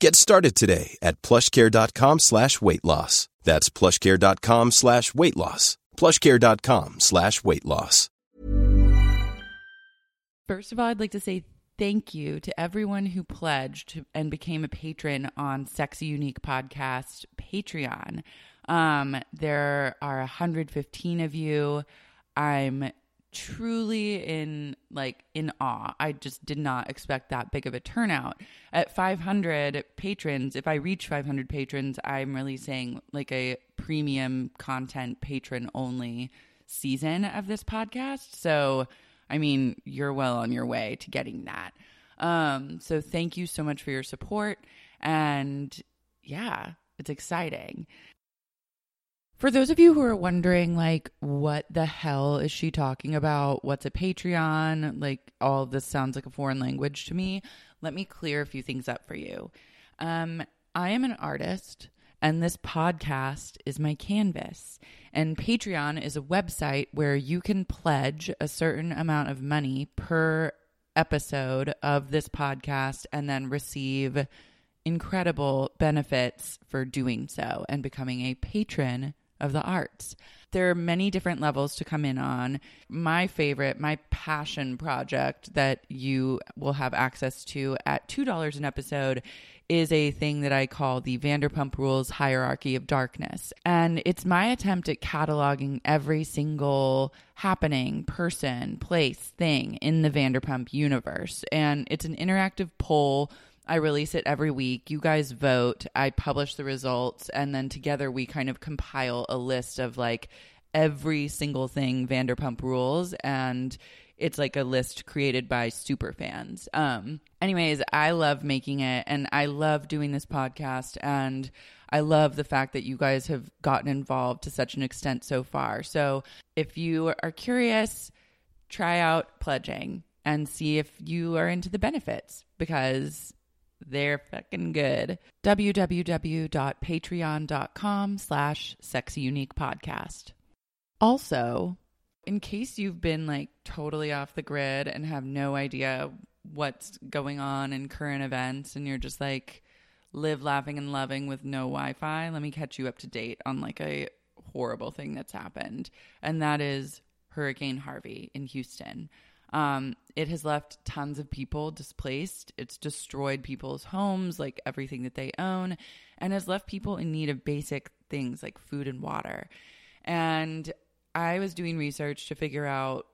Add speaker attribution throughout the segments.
Speaker 1: Get started today at plushcare.com slash weight loss. That's plushcare.com slash weight loss. Plushcare.com slash weight loss.
Speaker 2: First of all, I'd like to say thank you to everyone who pledged and became a patron on Sexy Unique Podcast Patreon. Um, there are 115 of you. I'm truly in like in awe. I just did not expect that big of a turnout. At 500 patrons, if I reach 500 patrons, I'm releasing like a premium content patron only season of this podcast. So, I mean, you're well on your way to getting that. Um, so thank you so much for your support. And yeah, it's exciting. For those of you who are wondering, like, what the hell is she talking about? What's a Patreon? Like, all of this sounds like a foreign language to me. Let me clear a few things up for you. Um, I am an artist, and this podcast is my canvas. And Patreon is a website where you can pledge a certain amount of money per episode of this podcast and then receive incredible benefits for doing so and becoming a patron of the arts. There are many different levels to come in on. My favorite, my passion project that you will have access to at $2 an episode is a thing that I call the Vanderpump Rules Hierarchy of Darkness. And it's my attempt at cataloging every single happening, person, place, thing in the Vanderpump universe. And it's an interactive poll I release it every week. You guys vote. I publish the results. And then together we kind of compile a list of like every single thing Vanderpump rules. And it's like a list created by super fans. Um, anyways, I love making it and I love doing this podcast. And I love the fact that you guys have gotten involved to such an extent so far. So if you are curious, try out pledging and see if you are into the benefits because they're fucking good. www.patreon.com slash sexyuniquepodcast. Also, in case you've been like totally off the grid and have no idea what's going on in current events and you're just like live laughing and loving with no Wi-Fi, let me catch you up to date on like a horrible thing that's happened. And that is Hurricane Harvey in Houston. Um, it has left tons of people displaced. It's destroyed people's homes, like everything that they own, and has left people in need of basic things like food and water. And I was doing research to figure out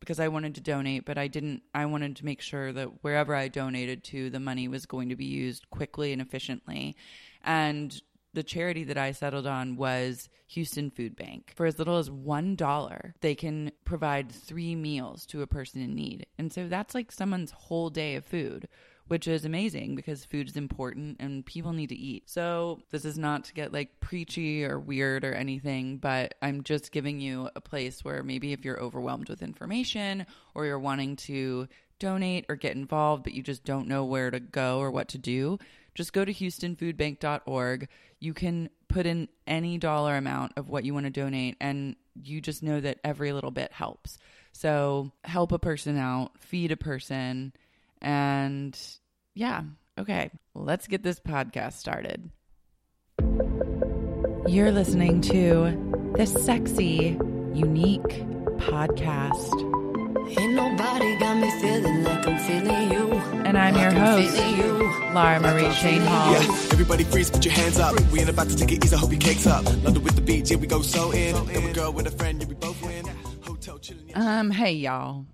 Speaker 2: because I wanted to donate, but I didn't. I wanted to make sure that wherever I donated to, the money was going to be used quickly and efficiently. And the charity that I settled on was Houston Food Bank. For as little as $1, they can provide three meals to a person in need. And so that's like someone's whole day of food, which is amazing because food is important and people need to eat. So this is not to get like preachy or weird or anything, but I'm just giving you a place where maybe if you're overwhelmed with information or you're wanting to donate or get involved, but you just don't know where to go or what to do, just go to houstonfoodbank.org. You can put in any dollar amount of what you want to donate, and you just know that every little bit helps. So help a person out, feed a person, and yeah. Okay, let's get this podcast started. You're listening to the Sexy Unique Podcast.
Speaker 3: Ain't nobody got me feeling like I'm feeling you.
Speaker 2: And I'm your
Speaker 3: Like I'm
Speaker 2: host,
Speaker 3: feeling you.
Speaker 2: Lara Marie Shane Hall.
Speaker 4: Yeah, everybody freeze, put your hands up. We ain't about to take it easy, hope your cake's up. London with the beat, yeah, we go so in. Every girl with a friend, yeah, we both win. Hotel chilling, yeah.
Speaker 2: Um, hey y'all.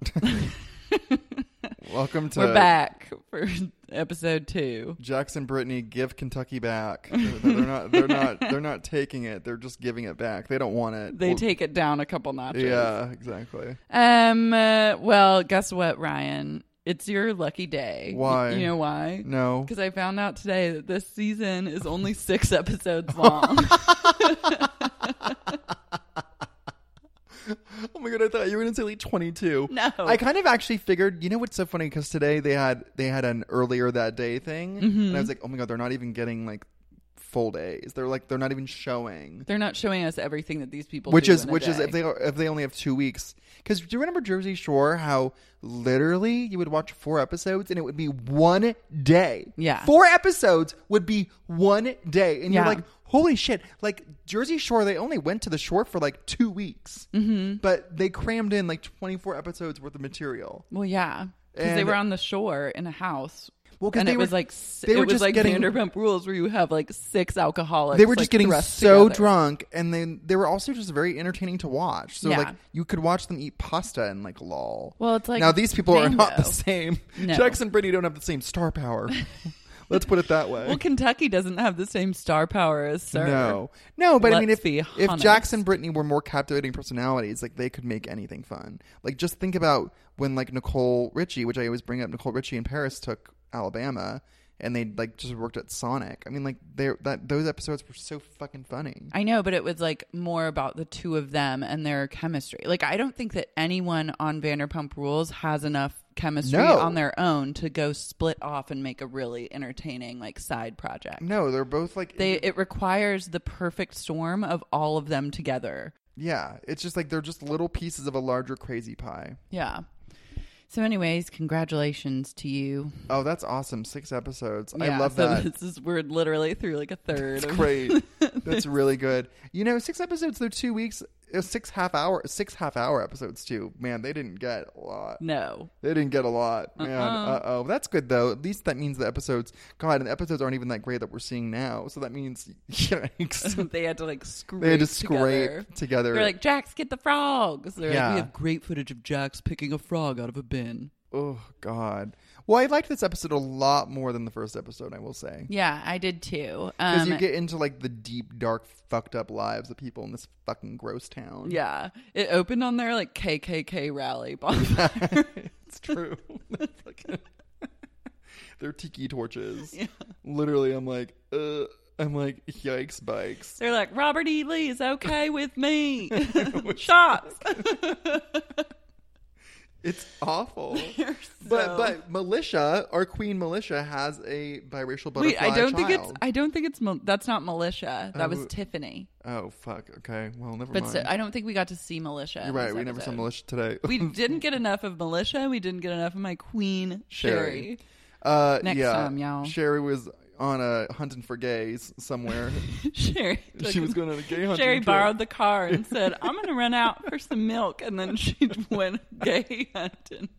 Speaker 5: Welcome to
Speaker 2: We're back for episode two.
Speaker 5: Jackson Brittany. Give Kentucky back. They're not. They're not. They're not taking it. They're just giving it back. They don't want it.
Speaker 2: They
Speaker 5: Well,
Speaker 2: take it down a couple notches.
Speaker 5: Yeah, exactly.
Speaker 2: Um. Uh, well, guess what, Ryan? It's your lucky day.
Speaker 5: Why?
Speaker 2: You know why?
Speaker 5: No.
Speaker 2: Because I found out today that this season is only six episodes long.
Speaker 5: Oh my god, I thought you were gonna say like twenty two.
Speaker 2: No.
Speaker 5: I kind of actually figured. You know what's so funny? Because today they had they had an earlier that day thing,
Speaker 2: Mm-hmm.
Speaker 5: and I was like, oh my god, they're not even getting like full days. They're like they're not even showing.
Speaker 2: They're not showing us everything that these people
Speaker 5: which
Speaker 2: do
Speaker 5: is
Speaker 2: in a
Speaker 5: which is
Speaker 2: day.
Speaker 5: if they if they only have two weeks. Because do you remember Jersey Shore? How literally you would watch four episodes and it would be one day.
Speaker 2: Yeah.
Speaker 5: four episodes would be one day, and
Speaker 2: Yeah.
Speaker 5: you're like, holy shit! Like Jersey Shore, they only went to the shore for like two weeks, mm-hmm. but they crammed in like 24 episodes worth of material.
Speaker 2: Well, yeah. Because they
Speaker 5: And-
Speaker 2: were on the shore in a house.
Speaker 5: Well, 'cause
Speaker 2: and
Speaker 5: they
Speaker 2: it
Speaker 5: were-
Speaker 2: was like s-
Speaker 5: they
Speaker 2: it
Speaker 5: were
Speaker 2: was
Speaker 5: just
Speaker 2: like
Speaker 5: getting-
Speaker 2: Vanderpump Rules, where you have like six alcoholics.
Speaker 5: They were
Speaker 2: like,
Speaker 5: just getting
Speaker 2: thrust
Speaker 5: so
Speaker 2: together.
Speaker 5: drunk, and then they were also just very entertaining to watch. So
Speaker 2: Yeah.
Speaker 5: like you could watch them eat pasta and like lol.
Speaker 2: Well, it's like
Speaker 5: now these people are not the
Speaker 2: bingo.
Speaker 5: same.
Speaker 2: No.
Speaker 5: Jackson and Brittany don't have the same star power. Let's put it that way.
Speaker 2: Well, Kentucky doesn't have the same star power as Sir.
Speaker 5: no, no, but I mean,
Speaker 2: Let's
Speaker 5: if
Speaker 2: be
Speaker 5: if
Speaker 2: honest.
Speaker 5: Jackson and Brittany were more captivating personalities, like they could make anything fun. Like just think about when like Nicole Richie, which I always bring up, Nicole Richie in Paris took Alabama, and they like just worked at Sonic. I mean, like they that those episodes were so fucking funny.
Speaker 2: I know, but it was like more about the two of them and their chemistry. Like, I don't think that anyone on Vanderpump Rules has enough chemistry
Speaker 5: No.
Speaker 2: on their own to go split off and make a really entertaining like side project.
Speaker 5: No, they're both like
Speaker 2: They it requires the perfect storm of all of them together.
Speaker 5: Yeah, it's just like they're just little pieces of a larger crazy pie.
Speaker 2: Yeah. So, anyways, congratulations to you.
Speaker 5: Oh, that's awesome! Six episodes.
Speaker 2: Yeah,
Speaker 5: I love
Speaker 2: so
Speaker 5: that.
Speaker 2: This is we're literally through like a third.
Speaker 5: It's
Speaker 2: of-
Speaker 5: great. That's really good. You know, six episodes. They're two weeks. uh, Six half hour. Six half hour episodes too. Man, they didn't get a lot.
Speaker 2: no.
Speaker 5: They didn't get a lot. Man,
Speaker 2: Uh-uh.
Speaker 5: uh oh. That's good though. At least that means the episodes. God, and the episodes aren't even that great that we're seeing now. So that means yikes.
Speaker 2: they had to like scrape.
Speaker 5: They had to scrape
Speaker 2: together.
Speaker 5: together.
Speaker 2: They're like, Jax, get the frogs. They're
Speaker 5: Yeah.
Speaker 2: like, we have great footage of Jax picking a frog out of a bin.
Speaker 5: oh God. Well, I liked this episode a lot more than the first episode. I will say.
Speaker 2: Yeah, I did too.
Speaker 5: Because
Speaker 2: Um,
Speaker 5: you get into like the deep, dark, fucked up lives of people in this fucking gross town.
Speaker 2: yeah, it opened on their like KKK rally bonfire.
Speaker 5: it's true. They're tiki torches. Literally, I'm like, uh, I'm like, yikes, bikes.
Speaker 2: They're like, Robert E. Lee is okay with me. Shots.
Speaker 5: It's awful. But but militia, our queen militia, has a biracial butterfly.
Speaker 2: Wait, I don't think it's.
Speaker 5: child.
Speaker 2: I don't think it's. Mel- That's not militia. That was
Speaker 5: Oh.
Speaker 2: Tiffany.
Speaker 5: Oh fuck. Okay. Well, never
Speaker 2: But
Speaker 5: mind.
Speaker 2: so, I don't think we got to see militia.
Speaker 5: You're
Speaker 2: in
Speaker 5: right.
Speaker 2: this
Speaker 5: We never saw
Speaker 2: episode.
Speaker 5: militia today.
Speaker 2: we didn't get enough of militia. We didn't get enough of my queen Sherry.
Speaker 5: Sherry. Uh,
Speaker 2: Next
Speaker 5: yeah.
Speaker 2: time, y'all.
Speaker 5: Sherry was on a hunting for gays somewhere.
Speaker 2: Sherry, took-
Speaker 5: she was going on a gay hunting.
Speaker 2: Sherry
Speaker 5: trip.
Speaker 2: borrowed the car and said, "I'm going to run out for some milk," and then she went gay hunting.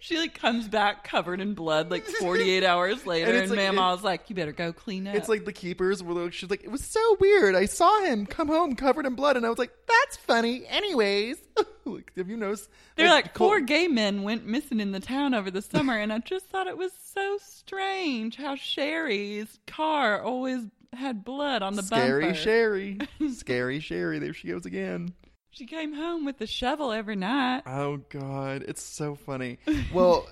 Speaker 2: she like comes back covered in blood like 48 hours later,
Speaker 5: And
Speaker 2: and,
Speaker 5: it's like-
Speaker 2: Mama's like, "You better go clean up."
Speaker 5: It's like the keepers were like, she's like, it was so weird. I saw him come home covered in blood, and I was like, that's funny. Anyways, like, have you noticed?
Speaker 2: they're like,
Speaker 5: Col-
Speaker 2: four gay men went missing in the town over the summer, and I just thought it was so strange how Sherry's car always had blood on the
Speaker 5: Scary
Speaker 2: bumper.
Speaker 5: Sherry. Scary Sherry. There she goes again.
Speaker 2: She came home with a shovel every night.
Speaker 5: Oh God, it's so funny. Well,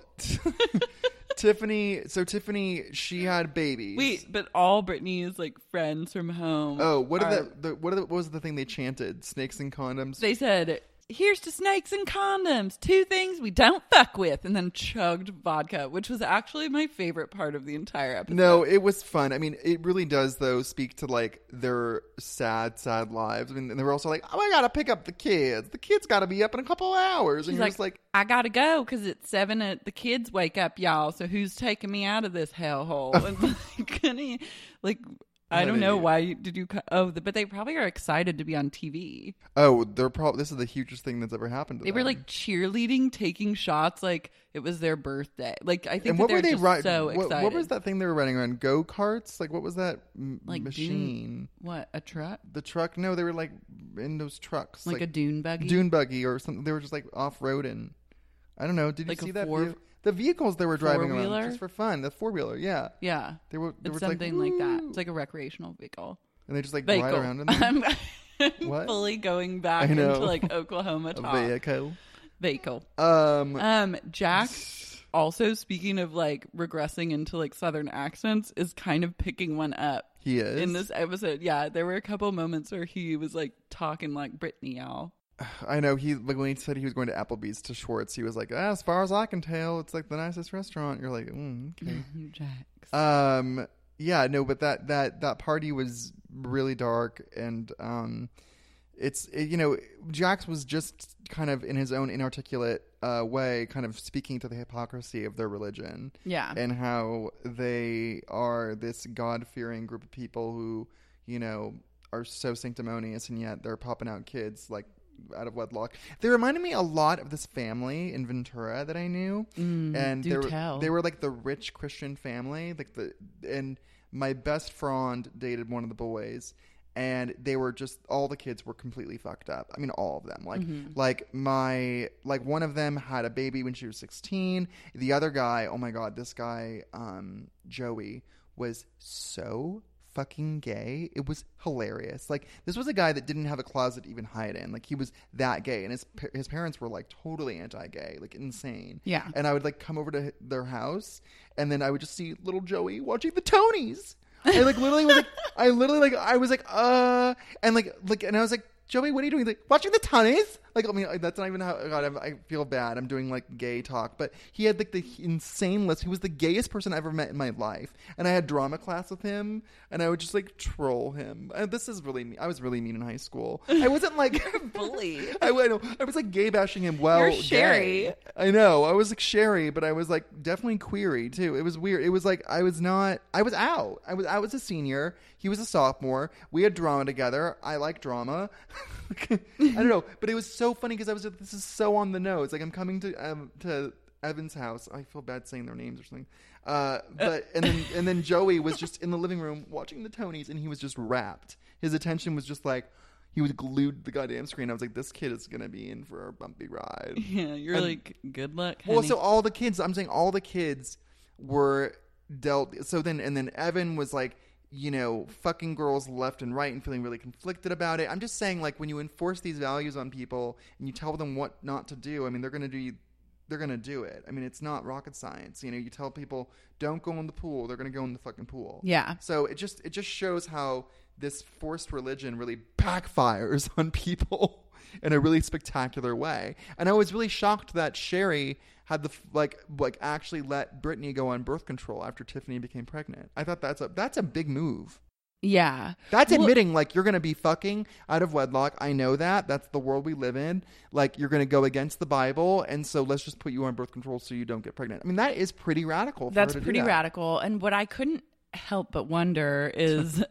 Speaker 5: Tiffany. So Tiffany, she had babies.
Speaker 2: Wait, but all Britney's like friends from home.
Speaker 5: Oh, what
Speaker 2: are-
Speaker 5: are the, the what, are the, what was the thing they chanted? Snakes and condoms.
Speaker 2: They said, "Here's to snakes and condoms, two things we don't fuck with," and then chugged vodka, which was actually my favorite part of the entire episode.
Speaker 5: No, it was fun. I mean, it really does though speak to like their sad, sad lives. I mean, and they were also like, "Oh, I gotta pick up the kids. The kids gotta be up in a couple hours." And
Speaker 2: She's
Speaker 5: you're
Speaker 2: like,
Speaker 5: just like,
Speaker 2: I gotta go because it's seven. At, the kids wake up, y'all. So who's taking me out of this hellhole? And like, can he- like, I
Speaker 5: What
Speaker 2: don't
Speaker 5: an
Speaker 2: know
Speaker 5: idiot.
Speaker 2: why you, did you? co- Oh, but they probably are excited to be on TV.
Speaker 5: "Oh, they're probably this is the hugest thing that's ever happened to
Speaker 2: They
Speaker 5: them."
Speaker 2: were like cheerleading, taking shots, like it was their birthday. Like I think
Speaker 5: and
Speaker 2: that
Speaker 5: what
Speaker 2: they're
Speaker 5: were they
Speaker 2: just
Speaker 5: riding?
Speaker 2: so
Speaker 5: what,
Speaker 2: excited.
Speaker 5: what was that thing they were riding around? Go karts? Like, what was that m-
Speaker 2: Like dune-
Speaker 5: machine?
Speaker 2: What a truck!
Speaker 5: The truck? No, they were like in those trucks,
Speaker 2: Like, a dune buggy.
Speaker 5: dune buggy or something. They were just like off roading. I don't know. Did you
Speaker 2: Like a
Speaker 5: see that?
Speaker 2: four-
Speaker 5: vehi- the vehicles they were driving around
Speaker 2: four-wheeler?
Speaker 5: just for fun. The four wheeler, yeah.
Speaker 2: Yeah.
Speaker 5: They were-
Speaker 2: it's
Speaker 5: they were just like,
Speaker 2: something like, that.
Speaker 5: "Woo."
Speaker 2: It's like a recreational vehicle.
Speaker 5: And they just like
Speaker 2: Vehicle.
Speaker 5: ride around in them.
Speaker 2: I'm
Speaker 5: What?
Speaker 2: fully going back
Speaker 5: I know.
Speaker 2: into like Oklahoma
Speaker 5: A
Speaker 2: talk.
Speaker 5: vehicle.
Speaker 2: vehicle.
Speaker 5: Um,
Speaker 2: Um, Jax also speaking of like regressing into like southern accents is kind of picking one up.
Speaker 5: he is
Speaker 2: In this episode, yeah, there were a couple moments where he was like talking like Britney, y'all.
Speaker 5: I know he like when he said he was going to Applebee's to Schwartz, he was like, ah, as far as I can tell, it's like the nicest restaurant. You're like, mm, okay.
Speaker 2: Jax.
Speaker 5: um, yeah, no, but that that that party was really dark, and um, it's it, you know, Jax was just kind of in his own inarticulate uh, way, kind of speaking to the hypocrisy of their religion.
Speaker 2: Yeah.
Speaker 5: and how they are this God fearing group of people who, you know, are so sanctimonious and yet they're popping out kids like out of wedlock. They reminded me a lot of this family in Ventura that I knew. and
Speaker 2: Mm, do
Speaker 5: they were,
Speaker 2: tell.
Speaker 5: they were like the rich Christian family. Like the and my best friend dated one of the boys and they were just all the kids were completely fucked up. I mean, all of them. Like, like my like one of them had a baby when she was sixteen. The other guy, oh my god, this guy, um, Joey, was so fucking gay. It was hilarious. Like, this was a guy that didn't have a closet to even hide in. Like, he was that gay, and his pa- his parents were like totally anti-gay, like insane.
Speaker 2: Yeah.
Speaker 5: And I would like come over to h- their house, and then I would just see little Joey watching the Tonys. I like literally was like, I literally like, I was like, uh, and like, like, and I was like, Joey, what are you doing? He's like, watching the Tonys. Like, I mean, like, that's not even how. God, I'm, I feel bad. I'm doing like gay talk, but he had like the insane list. He was the gayest person I ever met in my life, and I had drama class with him, and I would just like troll him. Uh, this is really, me- I was really mean in high school. I wasn't like
Speaker 2: Bully.
Speaker 5: I, I know. I was like gay bashing him. Well,
Speaker 2: You're Sherry.
Speaker 5: gay. I know. I was like Sherry, but I was like definitely query too. It was weird. It was like I was not. I was out. I was. I was a senior. He was a sophomore. We had drama together. I like drama. I don't know, but it was so funny because I was. like, This is so on the nose. Like I'm coming to um, to Evan's house. I feel bad saying their names or something. Uh, but and then and then Joey was just in the living room watching the Tonys, and he was just wrapped. His attention was just like he was glued to the goddamn screen. I was like, this kid is gonna be in for a bumpy ride.
Speaker 2: Yeah, you're
Speaker 5: And-
Speaker 2: like, good luck. Honey.
Speaker 5: Well, so uh, all the kids, I'm saying all the kids were dealt. So then, and then Evan was like, you know, fucking girls left and right and feeling really conflicted about it. I'm just saying, like, when you enforce these values on people and you tell them what not to do, I mean, they're gonna do. They're gonna do it. I mean, it's not rocket science. You know, you tell people don't go in the pool. They're gonna go in the fucking pool.
Speaker 2: Yeah.
Speaker 5: So it just it just shows how this forced religion really backfires on people in a really spectacular way. And I was really shocked that Sherry had the f- like like actually let Brittany go on birth control after Tiffany became pregnant. I thought that's a that's a big move.
Speaker 2: yeah,
Speaker 5: That's
Speaker 2: Well,
Speaker 5: admitting like you're going to be fucking out of wedlock. I know that. That's the world we live in. Like you're going to go against the Bible, and so let's just put you on birth control so you don't get pregnant. I mean, that is pretty radical. for
Speaker 2: That's
Speaker 5: her to do
Speaker 2: pretty
Speaker 5: that.
Speaker 2: radical. And what I couldn't help but wonder is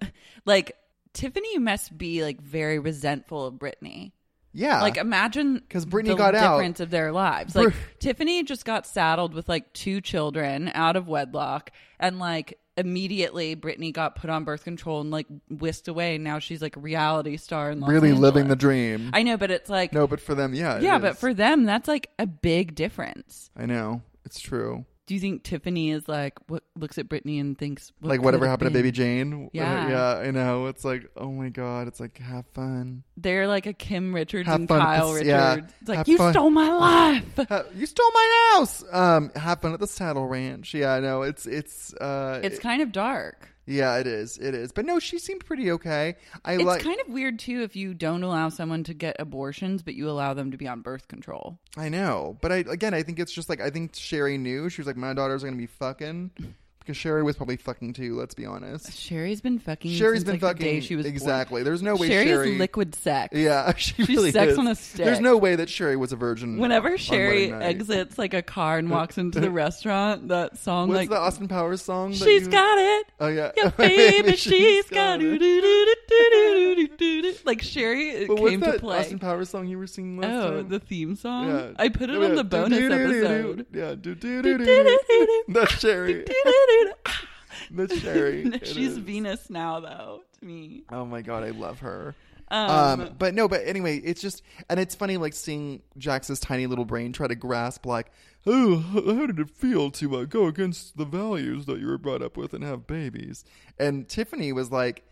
Speaker 2: like Tiffany must be like very resentful of Brittany.
Speaker 5: Yeah.
Speaker 2: Like imagine
Speaker 5: 'Cause Britney
Speaker 2: the
Speaker 5: got out.
Speaker 2: difference of their lives. Like
Speaker 5: Br-
Speaker 2: Tiffany just got saddled with like two children out of wedlock and like immediately Britney got put on birth control and like whisked away and now she's like a reality star and
Speaker 5: really living the dream.
Speaker 2: I know, but it's like
Speaker 5: no, but for them, yeah. it
Speaker 2: Yeah, but
Speaker 5: is.
Speaker 2: for them that's like a big difference.
Speaker 5: I know it's true.
Speaker 2: Do you think Tiffany is like what looks at Britney and thinks what
Speaker 5: like
Speaker 2: could
Speaker 5: whatever
Speaker 2: have
Speaker 5: happened to
Speaker 2: been?
Speaker 5: Baby Jane.
Speaker 2: Yeah.
Speaker 5: yeah, I know. It's like, oh my god. It's like have fun.
Speaker 2: They're like a Kim Richards
Speaker 5: Have
Speaker 2: and
Speaker 5: fun at
Speaker 2: Kyle
Speaker 5: this-
Speaker 2: Richards.
Speaker 5: yeah.
Speaker 2: It's like
Speaker 5: Have
Speaker 2: you
Speaker 5: fun."
Speaker 2: stole my life.
Speaker 5: Ha- you stole my house. Um, have fun at the saddle ranch. Yeah, I know. It's it's uh,
Speaker 2: It's kind of dark.
Speaker 5: yeah, it is. It is. But no, she seemed pretty okay. I
Speaker 2: It's
Speaker 5: like.
Speaker 2: kind of weird too if you don't allow someone to get abortions, but you allow them to be on birth control.
Speaker 5: I know, but I again, I think it's just like I think Sherry knew she was like, my daughters are gonna be fucking because Sherry was probably fucking too. Let's be honest.
Speaker 2: Sherry's been fucking.
Speaker 5: Sherry's
Speaker 2: since, like,
Speaker 5: been fucking
Speaker 2: the day she was born.
Speaker 5: exactly. There's no way
Speaker 2: Sherry,
Speaker 5: Sherry
Speaker 2: is liquid sex.
Speaker 5: Yeah, she
Speaker 2: She's
Speaker 5: really
Speaker 2: sex
Speaker 5: is.
Speaker 2: on a stick.
Speaker 5: There's no way that Sherry was a virgin.
Speaker 2: Whenever
Speaker 5: on
Speaker 2: Sherry
Speaker 5: wedding night.
Speaker 2: exits like a car and walks into the restaurant, that song
Speaker 5: what's
Speaker 2: like
Speaker 5: the Austin Powers song? that
Speaker 2: she's
Speaker 5: you-
Speaker 2: got it.
Speaker 5: Oh yeah,
Speaker 2: Your baby,
Speaker 5: She's
Speaker 2: she's got
Speaker 5: it.
Speaker 2: it. Like Sherry it
Speaker 5: But
Speaker 2: came
Speaker 5: what's
Speaker 2: to
Speaker 5: that
Speaker 2: play.
Speaker 5: Austin Powers song you were singing last
Speaker 2: Oh,
Speaker 5: time?
Speaker 2: the theme song.
Speaker 5: Yeah.
Speaker 2: I put it
Speaker 5: Yeah.
Speaker 2: on the bonus
Speaker 5: Do-do-do-do-do.
Speaker 2: episode.
Speaker 5: Yeah, do do do do.
Speaker 2: Do-do-do-do.
Speaker 5: That's Sherry.
Speaker 2: Do-do-do-do.
Speaker 5: That's Sherry. It
Speaker 2: She's
Speaker 5: is.
Speaker 2: Venus now, though. To me,
Speaker 5: Oh my god, I love her. Um, but no, but anyway, it's just and it's funny like seeing Jax's tiny little brain try to grasp like, oh, h- how did it feel to uh, go against the values that you were brought up with and have babies? And Tiffany was like,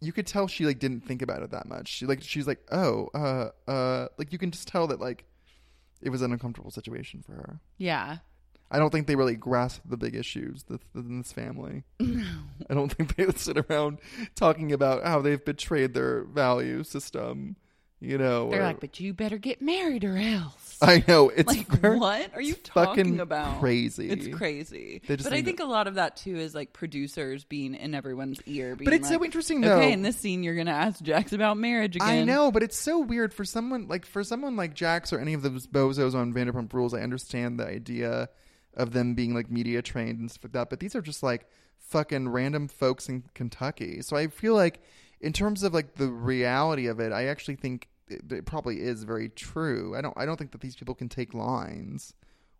Speaker 5: you could tell she like didn't think about it that much. She like she's like, oh, uh, uh, like you can just tell that like it was an uncomfortable situation for her.
Speaker 2: yeah.
Speaker 5: I don't think they really grasped the big issues th- th- in this family. I don't think they would sit around talking about how they've betrayed their value system. You know,
Speaker 2: They're
Speaker 5: or-
Speaker 2: like, but you better get married or else.
Speaker 5: I know it's
Speaker 2: like,
Speaker 5: very-
Speaker 2: what are you
Speaker 5: it's
Speaker 2: talking
Speaker 5: fucking
Speaker 2: about?
Speaker 5: Crazy.
Speaker 2: It's crazy.
Speaker 5: They just
Speaker 2: But I
Speaker 5: need
Speaker 2: think a
Speaker 5: to-
Speaker 2: lot of that too is like producers being in everyone's ear. Being
Speaker 5: But it's so
Speaker 2: like,
Speaker 5: interesting, though.
Speaker 2: Okay, in this scene, you're gonna ask Jax about marriage again.
Speaker 5: I know, but it's so weird for someone like for someone like Jax or any of those bozos on Vanderpump Rules. I understand the idea of them being like media trained and stuff like that, but these are just like fucking random folks in Kentucky. So I feel like, in terms of like the reality of it, I actually think it, it probably is very true. I don't. I don't think that these people can take lines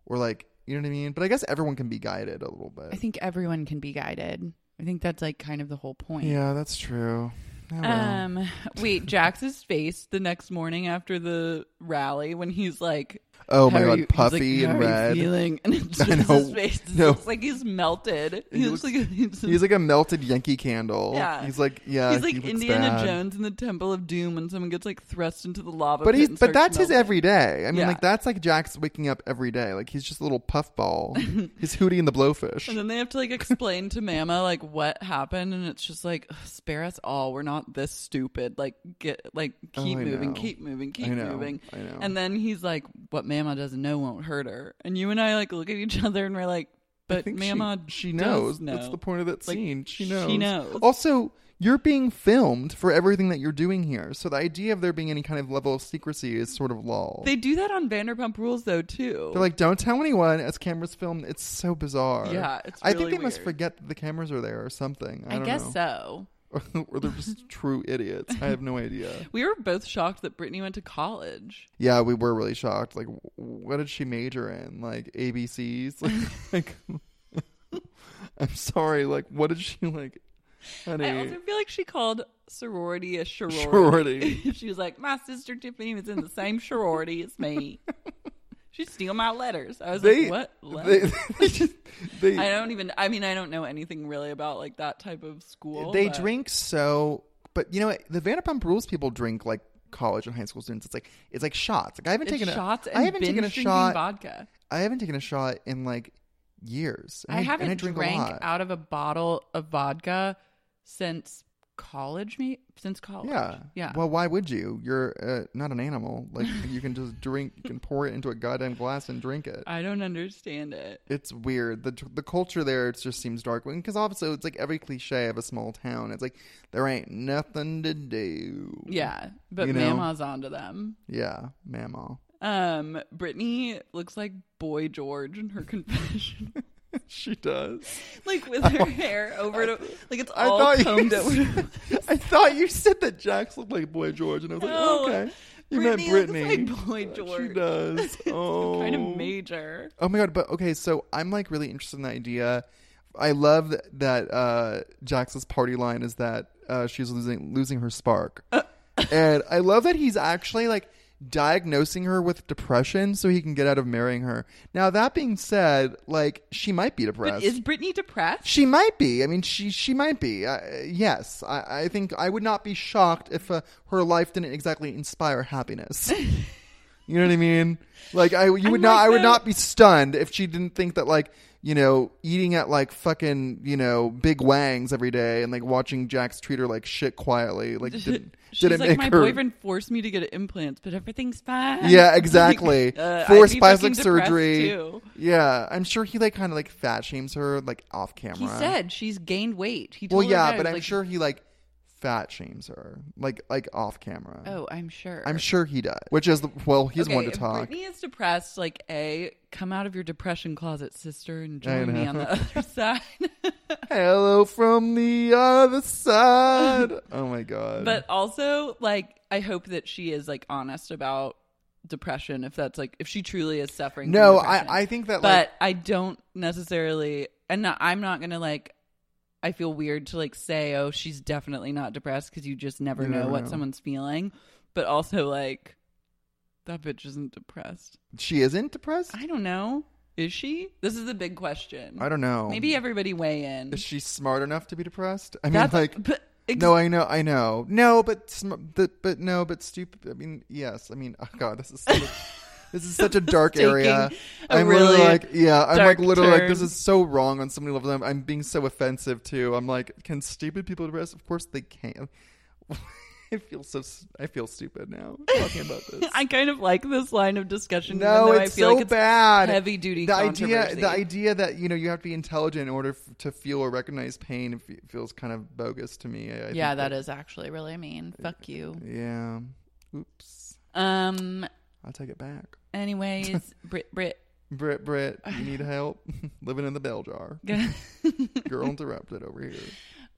Speaker 5: or like you know what I mean. But I guess everyone can be guided a little bit.
Speaker 2: I think everyone can be guided. I think that's like kind of the whole point.
Speaker 5: yeah, that's true. Oh, well.
Speaker 2: Um. Wait, Jax's face the next morning after the rally when he's like,
Speaker 5: oh my
Speaker 2: "How are
Speaker 5: god,
Speaker 2: you-" he's
Speaker 5: puffy
Speaker 2: like,
Speaker 5: and
Speaker 2: "How are you
Speaker 5: red.
Speaker 2: feeling?" and it's
Speaker 5: I
Speaker 2: just
Speaker 5: know.
Speaker 2: his face just
Speaker 5: No.
Speaker 2: looks like he's melted. He,
Speaker 5: He
Speaker 2: looks,
Speaker 5: looks-
Speaker 2: like he's,
Speaker 5: He's like a melted Yankee candle.
Speaker 2: Yeah.
Speaker 5: He's like yeah.
Speaker 2: he's like
Speaker 5: he looks
Speaker 2: Indiana
Speaker 5: bad.
Speaker 2: Jones in the Temple of Doom when someone gets like thrust into the lava.
Speaker 5: But
Speaker 2: pit
Speaker 5: he's
Speaker 2: and
Speaker 5: but
Speaker 2: starts
Speaker 5: that's his
Speaker 2: melting.
Speaker 5: everyday. I mean,
Speaker 2: Yeah.
Speaker 5: like that's like Jack's waking up every day. Like he's just a little puffball. he's Hootie and the Blowfish.
Speaker 2: And then they have to like explain to Mama like what happened, and it's just like "Ugh, spare us all. We're not this stupid. Like get like
Speaker 5: Oh,
Speaker 2: keep
Speaker 5: I
Speaker 2: moving,
Speaker 5: know.
Speaker 2: keep moving, keep
Speaker 5: I know,
Speaker 2: moving.
Speaker 5: I know.
Speaker 2: And then he's like, "What Mama doesn't know won't hurt her." And you and I like look at each other and we're like,
Speaker 5: I
Speaker 2: "But
Speaker 5: think
Speaker 2: Mama,
Speaker 5: she, she
Speaker 2: does
Speaker 5: knows.
Speaker 2: know.
Speaker 5: That's the point of that
Speaker 2: Like,
Speaker 5: scene. she knows.
Speaker 2: She knows.
Speaker 5: Also, you're being filmed for everything that you're doing here. So the idea of there being any kind of level of secrecy is sort of lulled.
Speaker 2: they do that on Vanderpump Rules though too.
Speaker 5: They're like, don't tell anyone as cameras film. It's so bizarre.
Speaker 2: Yeah, it's
Speaker 5: I think
Speaker 2: really
Speaker 5: they must
Speaker 2: weird.
Speaker 5: forget that the cameras are there or something. I,
Speaker 2: I,
Speaker 5: don't
Speaker 2: guess
Speaker 5: know.
Speaker 2: so.
Speaker 5: or they're just true idiots. I have no idea.
Speaker 2: We were both shocked that Brittany went to college.
Speaker 5: Yeah, we were really shocked. Like, w- what did she major in? Like ABCs? Like, like- I'm sorry. Like, what did she like? Honey,
Speaker 2: I also feel like she called sorority a sorority.
Speaker 5: Sorority.
Speaker 2: she was like, my sister Tiffany was in the same sorority as me. She steal my letters. I was
Speaker 5: they
Speaker 2: like, what?
Speaker 5: They,
Speaker 2: letters?"
Speaker 5: they, just- they,
Speaker 2: I don't even. I mean, I don't know anything really about like that type of school.
Speaker 5: they
Speaker 2: but-
Speaker 5: drink so, but you know what? The Vanderpump Rules people drink like college and high school students. It's like it's like shots. Like I haven't
Speaker 2: It's
Speaker 5: taken
Speaker 2: shots.
Speaker 5: a,
Speaker 2: And
Speaker 5: I haven't taken a
Speaker 2: binge drinking
Speaker 5: shot.
Speaker 2: Vodka.
Speaker 5: I haven't taken a shot in like years. And
Speaker 2: I, haven't
Speaker 5: and I drink
Speaker 2: drank
Speaker 5: a lot.
Speaker 2: out of a bottle of vodka since college. Me since college.
Speaker 5: Yeah.
Speaker 2: Oh, Yeah.
Speaker 5: Well, why would you? You're uh, not an animal. Like you can just drink, you can pour it into a goddamn glass and drink it.
Speaker 2: I don't understand it.
Speaker 5: It's weird. The the culture there it just seems dark. Because also it's like every cliche of a small town. It's like there ain't nothing to do.
Speaker 2: Yeah, but
Speaker 5: You know?
Speaker 2: Mama's onto them.
Speaker 5: Yeah, mama.
Speaker 2: Um, Brittany looks like Boy George in her confession,
Speaker 5: she does.
Speaker 2: like with her hair over to like it's
Speaker 5: Oh, I
Speaker 2: all
Speaker 5: thought
Speaker 2: combed
Speaker 5: you.
Speaker 2: over.
Speaker 5: I thought you said that Jax looked like Boy George, and I was like,
Speaker 2: No.
Speaker 5: okay. You meant Brittany.
Speaker 2: Looks like Boy George.
Speaker 5: She does. Oh.
Speaker 2: Kind of major.
Speaker 5: Oh my god, but okay, so I'm like really interested in the idea. I love th- that uh Jax's party line is that uh she's losing losing her spark.
Speaker 2: Uh.
Speaker 5: and I love that he's actually like diagnosing her with depression so he can get out of marrying her. Now that being said, like she might be depressed.
Speaker 2: But is Brittany depressed?
Speaker 5: She might be. I mean, she she might be. I, yes, I, I think I would not be shocked if uh, her life didn't exactly inspire happiness. you know what I mean? Like I, you would not. I would not be stunned if she didn't think that like you know eating at like fucking you know big wangs every day and like watching Jax treat her like shit quietly like did,
Speaker 2: She's
Speaker 5: did it
Speaker 2: like,
Speaker 5: make
Speaker 2: my
Speaker 5: her?
Speaker 2: boyfriend forced me to get implants, but everything's fine.
Speaker 5: Yeah, exactly.
Speaker 2: Uh, I'd
Speaker 5: Forced
Speaker 2: be
Speaker 5: plastic
Speaker 2: fucking depressed,
Speaker 5: surgery.
Speaker 2: too.
Speaker 5: Yeah, I'm sure he like kind of like fat shames her like off camera.
Speaker 2: He said she's gained weight. He told
Speaker 5: Well,
Speaker 2: her
Speaker 5: yeah,
Speaker 2: that.
Speaker 5: but
Speaker 2: He was
Speaker 5: I'm
Speaker 2: like,
Speaker 5: sure he like fat shames her, like like off camera.
Speaker 2: Oh, I'm sure.
Speaker 5: I'm sure he does. Which is the, well, he's
Speaker 2: okay,
Speaker 5: one to
Speaker 2: if
Speaker 5: talk.
Speaker 2: Brittany is depressed. Like, a come out of your depression closet, sister, and
Speaker 5: I
Speaker 2: join me
Speaker 5: know.
Speaker 2: on the other side.
Speaker 5: Hello from the other side. oh my god.
Speaker 2: but also, like, I hope that she is like honest about depression. If that's like, if she truly is suffering.
Speaker 5: no,
Speaker 2: from depression.
Speaker 5: I I think that like
Speaker 2: but I don't necessarily, and not, I'm not gonna like. I feel weird to like say, oh, she's definitely not depressed because you just never
Speaker 5: You
Speaker 2: know
Speaker 5: never
Speaker 2: what
Speaker 5: know.
Speaker 2: someone's feeling. But also, like, that bitch isn't depressed.
Speaker 5: she isn't depressed.
Speaker 2: I don't know. Is she? This is the big question.
Speaker 5: I don't know.
Speaker 2: Maybe um, everybody weigh in.
Speaker 5: is she smart enough to be depressed? I mean,
Speaker 2: That's-
Speaker 5: like.
Speaker 2: but ex-
Speaker 5: no, I know, I know. No, but sm- the, but no, but stupid. I mean, yes. I mean, oh god, this is such a, this is such a dark
Speaker 2: Taking
Speaker 5: area.
Speaker 2: a
Speaker 5: I'm literally
Speaker 2: really
Speaker 5: like, yeah, I'm like
Speaker 2: dark
Speaker 5: literally like, this
Speaker 2: turn.
Speaker 5: is so wrong on so many levels. I'm, I'm being so offensive too. I'm like, can stupid people depress? Of course they can. I feel so. s- I feel stupid now talking about this.
Speaker 2: I kind of like this line of discussion. even
Speaker 5: No,
Speaker 2: though
Speaker 5: it's
Speaker 2: I feel
Speaker 5: so
Speaker 2: like it's
Speaker 5: bad.
Speaker 2: Heavy duty.
Speaker 5: The idea,
Speaker 2: controversy.
Speaker 5: the idea that you know you have to be intelligent in order f- to feel or recognize pain fe- feels kind of bogus to me. I, I
Speaker 6: Yeah,
Speaker 5: think
Speaker 6: that is actually really mean. Fuck you.
Speaker 5: Yeah. Oops.
Speaker 2: Um.
Speaker 5: I'll take it back.
Speaker 2: Anyways, Brit, Brit,
Speaker 5: Brit, Brit, you need help living in the bell jar. Girl interrupted over here.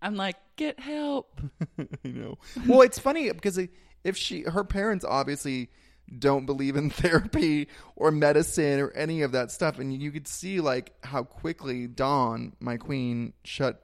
Speaker 2: I'm like, get help.
Speaker 5: you know. Well, it's funny because i- if she, her parents obviously don't believe in therapy or medicine or any of that stuff, and you could see like how quickly Dawn, my queen, shut.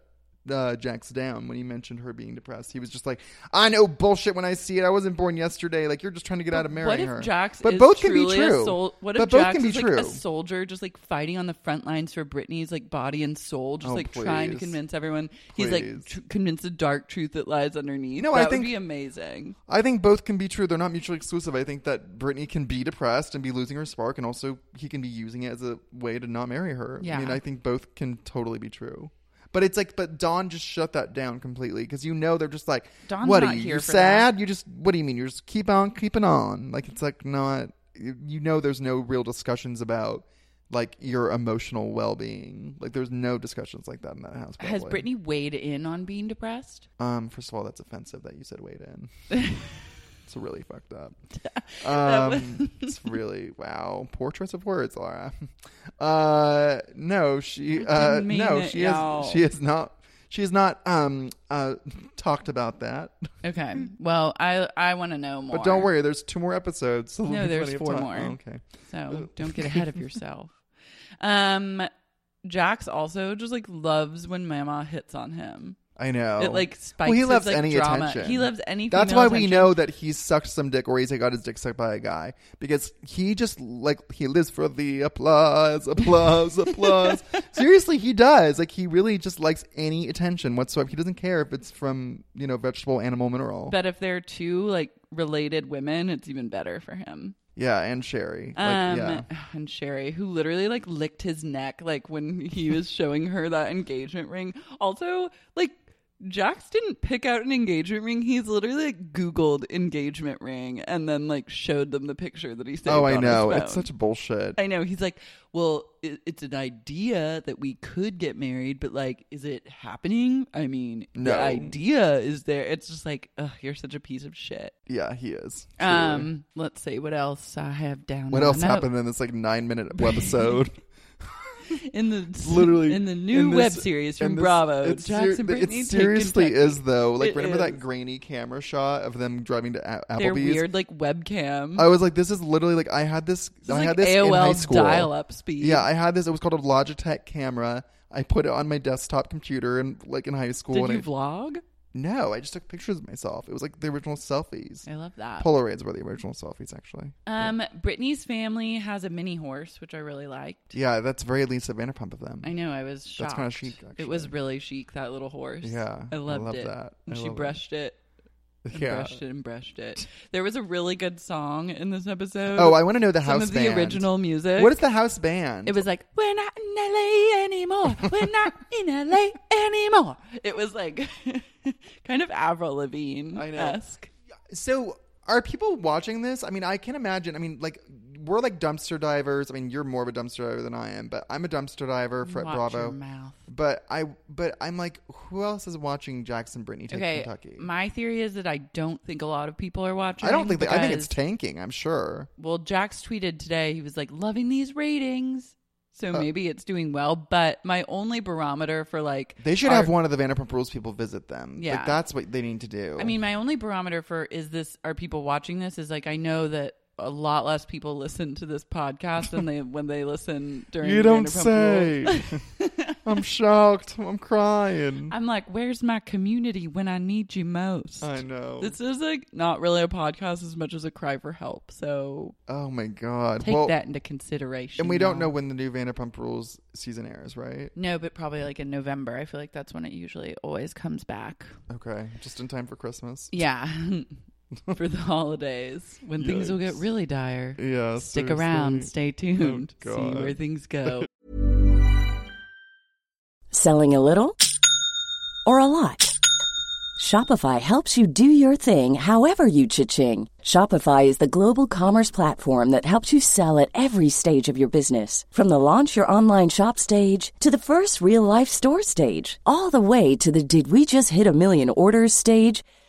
Speaker 5: Uh, Jax down when he mentioned her being depressed. He was just like, "I know bullshit when I see it. I wasn't born yesterday. Like you're just trying to get out of marrying
Speaker 2: What if
Speaker 5: her."
Speaker 2: Jax
Speaker 5: but
Speaker 2: is
Speaker 5: both can be
Speaker 2: truly
Speaker 5: true.
Speaker 2: a sol- What if
Speaker 5: but both
Speaker 2: Jax
Speaker 5: can be
Speaker 2: is
Speaker 5: true.
Speaker 2: like a soldier just like fighting on the front lines for Brittany's like body and soul, just
Speaker 5: Oh,
Speaker 2: like trying to
Speaker 5: please.
Speaker 2: convince everyone he's
Speaker 5: Please.
Speaker 2: like tr- convince the dark truth that lies underneath.
Speaker 5: You know,
Speaker 2: that
Speaker 5: I
Speaker 2: would
Speaker 5: think-
Speaker 2: be amazing.
Speaker 5: I think both can be true. They're not mutually exclusive. I think that Brittany can be depressed and be losing her spark, and also he can be using it as a way to not marry her. I mean,
Speaker 6: Yeah.
Speaker 5: I think both can totally be true. But it's like, but Dawn just shut that down completely because you know they're just like,
Speaker 6: Dawn's
Speaker 5: what are
Speaker 6: not
Speaker 5: you?
Speaker 6: here
Speaker 5: you
Speaker 6: for
Speaker 5: sad? You just what do you mean? You're just keep on keeping on. Like it's like not. You know, there's no real discussions about like your emotional well being. Like there's no discussions like that in that house.
Speaker 6: Has
Speaker 5: probably.
Speaker 6: Brittany weighed in on being depressed?
Speaker 5: Um, first of all, that's offensive that you said wait in. it's really fucked up.
Speaker 6: That was-
Speaker 5: Um, it's really wow. Poor choice of words, Laura. Uh, no, she. Uh,
Speaker 2: mean
Speaker 5: no,
Speaker 2: it,
Speaker 5: she is.
Speaker 2: y'all.
Speaker 5: She is not. She has not um uh talked about that.
Speaker 6: Okay. Well, I I want to know more.
Speaker 5: But don't worry, there's two more episodes. So there'll be
Speaker 6: there's
Speaker 5: plenty of
Speaker 6: four
Speaker 5: time.
Speaker 6: more.
Speaker 5: Oh, okay.
Speaker 6: So don't get ahead of yourself. Um,
Speaker 2: Jax also just like loves when Mama hits on him.
Speaker 5: I know.
Speaker 2: It like spikes.
Speaker 5: Well, he
Speaker 2: his,
Speaker 5: loves
Speaker 2: like,
Speaker 5: any
Speaker 2: drama.
Speaker 5: attention.
Speaker 2: He loves any.
Speaker 5: That's
Speaker 2: female
Speaker 5: why we
Speaker 2: attention.
Speaker 5: know that he sucked some dick or he's got his dick sucked by a guy because he just like he lives for the applause, applause, applause. Seriously, he does. Like he really just likes any attention whatsoever. He doesn't care if it's from you know vegetable, animal, mineral.
Speaker 2: But if they're two like related women, it's even better for him.
Speaker 5: yeah, and Sherry. Like,
Speaker 2: Um,
Speaker 5: yeah.
Speaker 2: and Sherry, who literally like licked his neck, like when he was showing her that engagement ring. Also, like Jax didn't pick out an engagement ring. He's literally like Googled engagement ring and then like showed them the picture that he saved.
Speaker 5: Oh,
Speaker 2: on
Speaker 5: I
Speaker 2: his
Speaker 5: know. It's
Speaker 2: phone.
Speaker 5: such bullshit.
Speaker 2: I know. He's like, well, it, it's an idea that we could get married, but like, is it happening? I mean,
Speaker 5: No.
Speaker 2: the idea is there. It's just like, ugh, you're such a piece of shit.
Speaker 5: yeah, he is. Truly.
Speaker 6: um, let's see what else I have down.
Speaker 5: what
Speaker 6: my
Speaker 5: else
Speaker 6: note.
Speaker 5: happened in this like nine minute episode?
Speaker 7: in the
Speaker 5: literally
Speaker 7: in the new
Speaker 5: in this-
Speaker 7: web series
Speaker 5: in
Speaker 7: from
Speaker 5: this-
Speaker 7: Bravo.
Speaker 5: it's ser-
Speaker 7: Jackson
Speaker 5: th-
Speaker 7: Brittany
Speaker 5: It seriously is though. Like
Speaker 7: It
Speaker 5: remember
Speaker 7: is.
Speaker 5: that grainy camera shot of them driving to A-
Speaker 7: Their
Speaker 5: Applebee's.
Speaker 7: weird like webcam.
Speaker 5: I was like, this is literally like I had this.
Speaker 7: This is
Speaker 5: I had
Speaker 7: like
Speaker 5: this in high
Speaker 7: AOL
Speaker 5: school.
Speaker 7: dial-up speed.
Speaker 5: Yeah, I had this. It was called a Logitech camera. I put it on my desktop computer and like in high school.
Speaker 7: Did
Speaker 5: and
Speaker 7: you
Speaker 5: I,
Speaker 7: vlog?
Speaker 5: No, I just took pictures of myself. It was like the original selfies.
Speaker 7: I love that.
Speaker 5: Polaroids were the original selfies, actually.
Speaker 7: Um, Brittany's family has a mini horse, which I really liked.
Speaker 5: Yeah, that's very Lisa Vanderpump of them.
Speaker 7: I know. I was shocked.
Speaker 5: That's kinda chic,
Speaker 7: It was
Speaker 5: actually.
Speaker 7: really chic. That little horse.
Speaker 5: Yeah,
Speaker 7: I
Speaker 5: I
Speaker 7: loved
Speaker 5: love
Speaker 7: it.
Speaker 5: that.
Speaker 7: And
Speaker 5: I
Speaker 7: she
Speaker 5: love it.
Speaker 7: brushed it. and
Speaker 5: Yeah.
Speaker 7: brushed it and brushed it. There was a really good song in this episode.
Speaker 5: Oh, I want to know the
Speaker 7: Some
Speaker 5: house
Speaker 7: of the
Speaker 5: band.
Speaker 7: original music.
Speaker 5: What is the house band?
Speaker 7: It was like we're not in LA anymore. We're not in LA anymore. It was like kind of Avril Lavigne esque.
Speaker 5: So are people watching this? I mean, I can imagine. I mean, like we're like dumpster divers. I mean, you're more of a dumpster diver than I am, but I'm a dumpster diver for at
Speaker 7: Watch
Speaker 5: Bravo.
Speaker 7: your mouth.
Speaker 5: But I, but I'm like, who else is watching Jackson Brittany take
Speaker 7: Okay,
Speaker 5: Kentucky?
Speaker 7: my theory is that I don't think a lot of people are watching.
Speaker 5: I don't think. That, I think it's
Speaker 7: because-
Speaker 5: tanking. I'm sure.
Speaker 7: Well, Jax tweeted today, he was like, loving these ratings. So
Speaker 5: Uh,
Speaker 7: maybe it's doing well, but my only barometer for like.
Speaker 5: They should
Speaker 7: our-
Speaker 5: have one of the Vanderpump Rules people visit them.
Speaker 7: Yeah.
Speaker 5: like, that's what they need to do.
Speaker 7: I mean, my only barometer for is this, are people watching this? Is like, I know that a lot less people listen to this podcast than they when they listen during.
Speaker 5: you don't
Speaker 7: Vanderpump
Speaker 5: say.
Speaker 7: Rules.
Speaker 5: I'm shocked. I'm crying.
Speaker 7: I'm like, where's my community when I need you most?
Speaker 5: I know.
Speaker 7: This is like not really a podcast as much as a cry for help. So
Speaker 5: oh my god.
Speaker 7: take
Speaker 5: well,
Speaker 7: that into consideration.
Speaker 5: and we don't
Speaker 7: y'all.
Speaker 5: know when the new Vanderpump Rules season airs, right?
Speaker 7: No, but probably like in November. I feel like that's when it usually always comes back.
Speaker 5: Okay, just in time for Christmas.
Speaker 7: Yeah. For the holidays when things will get
Speaker 5: Yikes.
Speaker 7: really dire.
Speaker 5: Yeah,
Speaker 7: Stick around,
Speaker 5: seriously.
Speaker 7: stay tuned,
Speaker 5: Oh,
Speaker 7: see where
Speaker 5: God.
Speaker 7: things go.
Speaker 8: Selling a little or a lot? Shopify helps you do your thing however you cha-ching. Shopify is the global commerce platform that helps you sell at every stage of your business. From the launch your online shop stage to the first real life store stage, all the way to the did we just hit a million orders stage.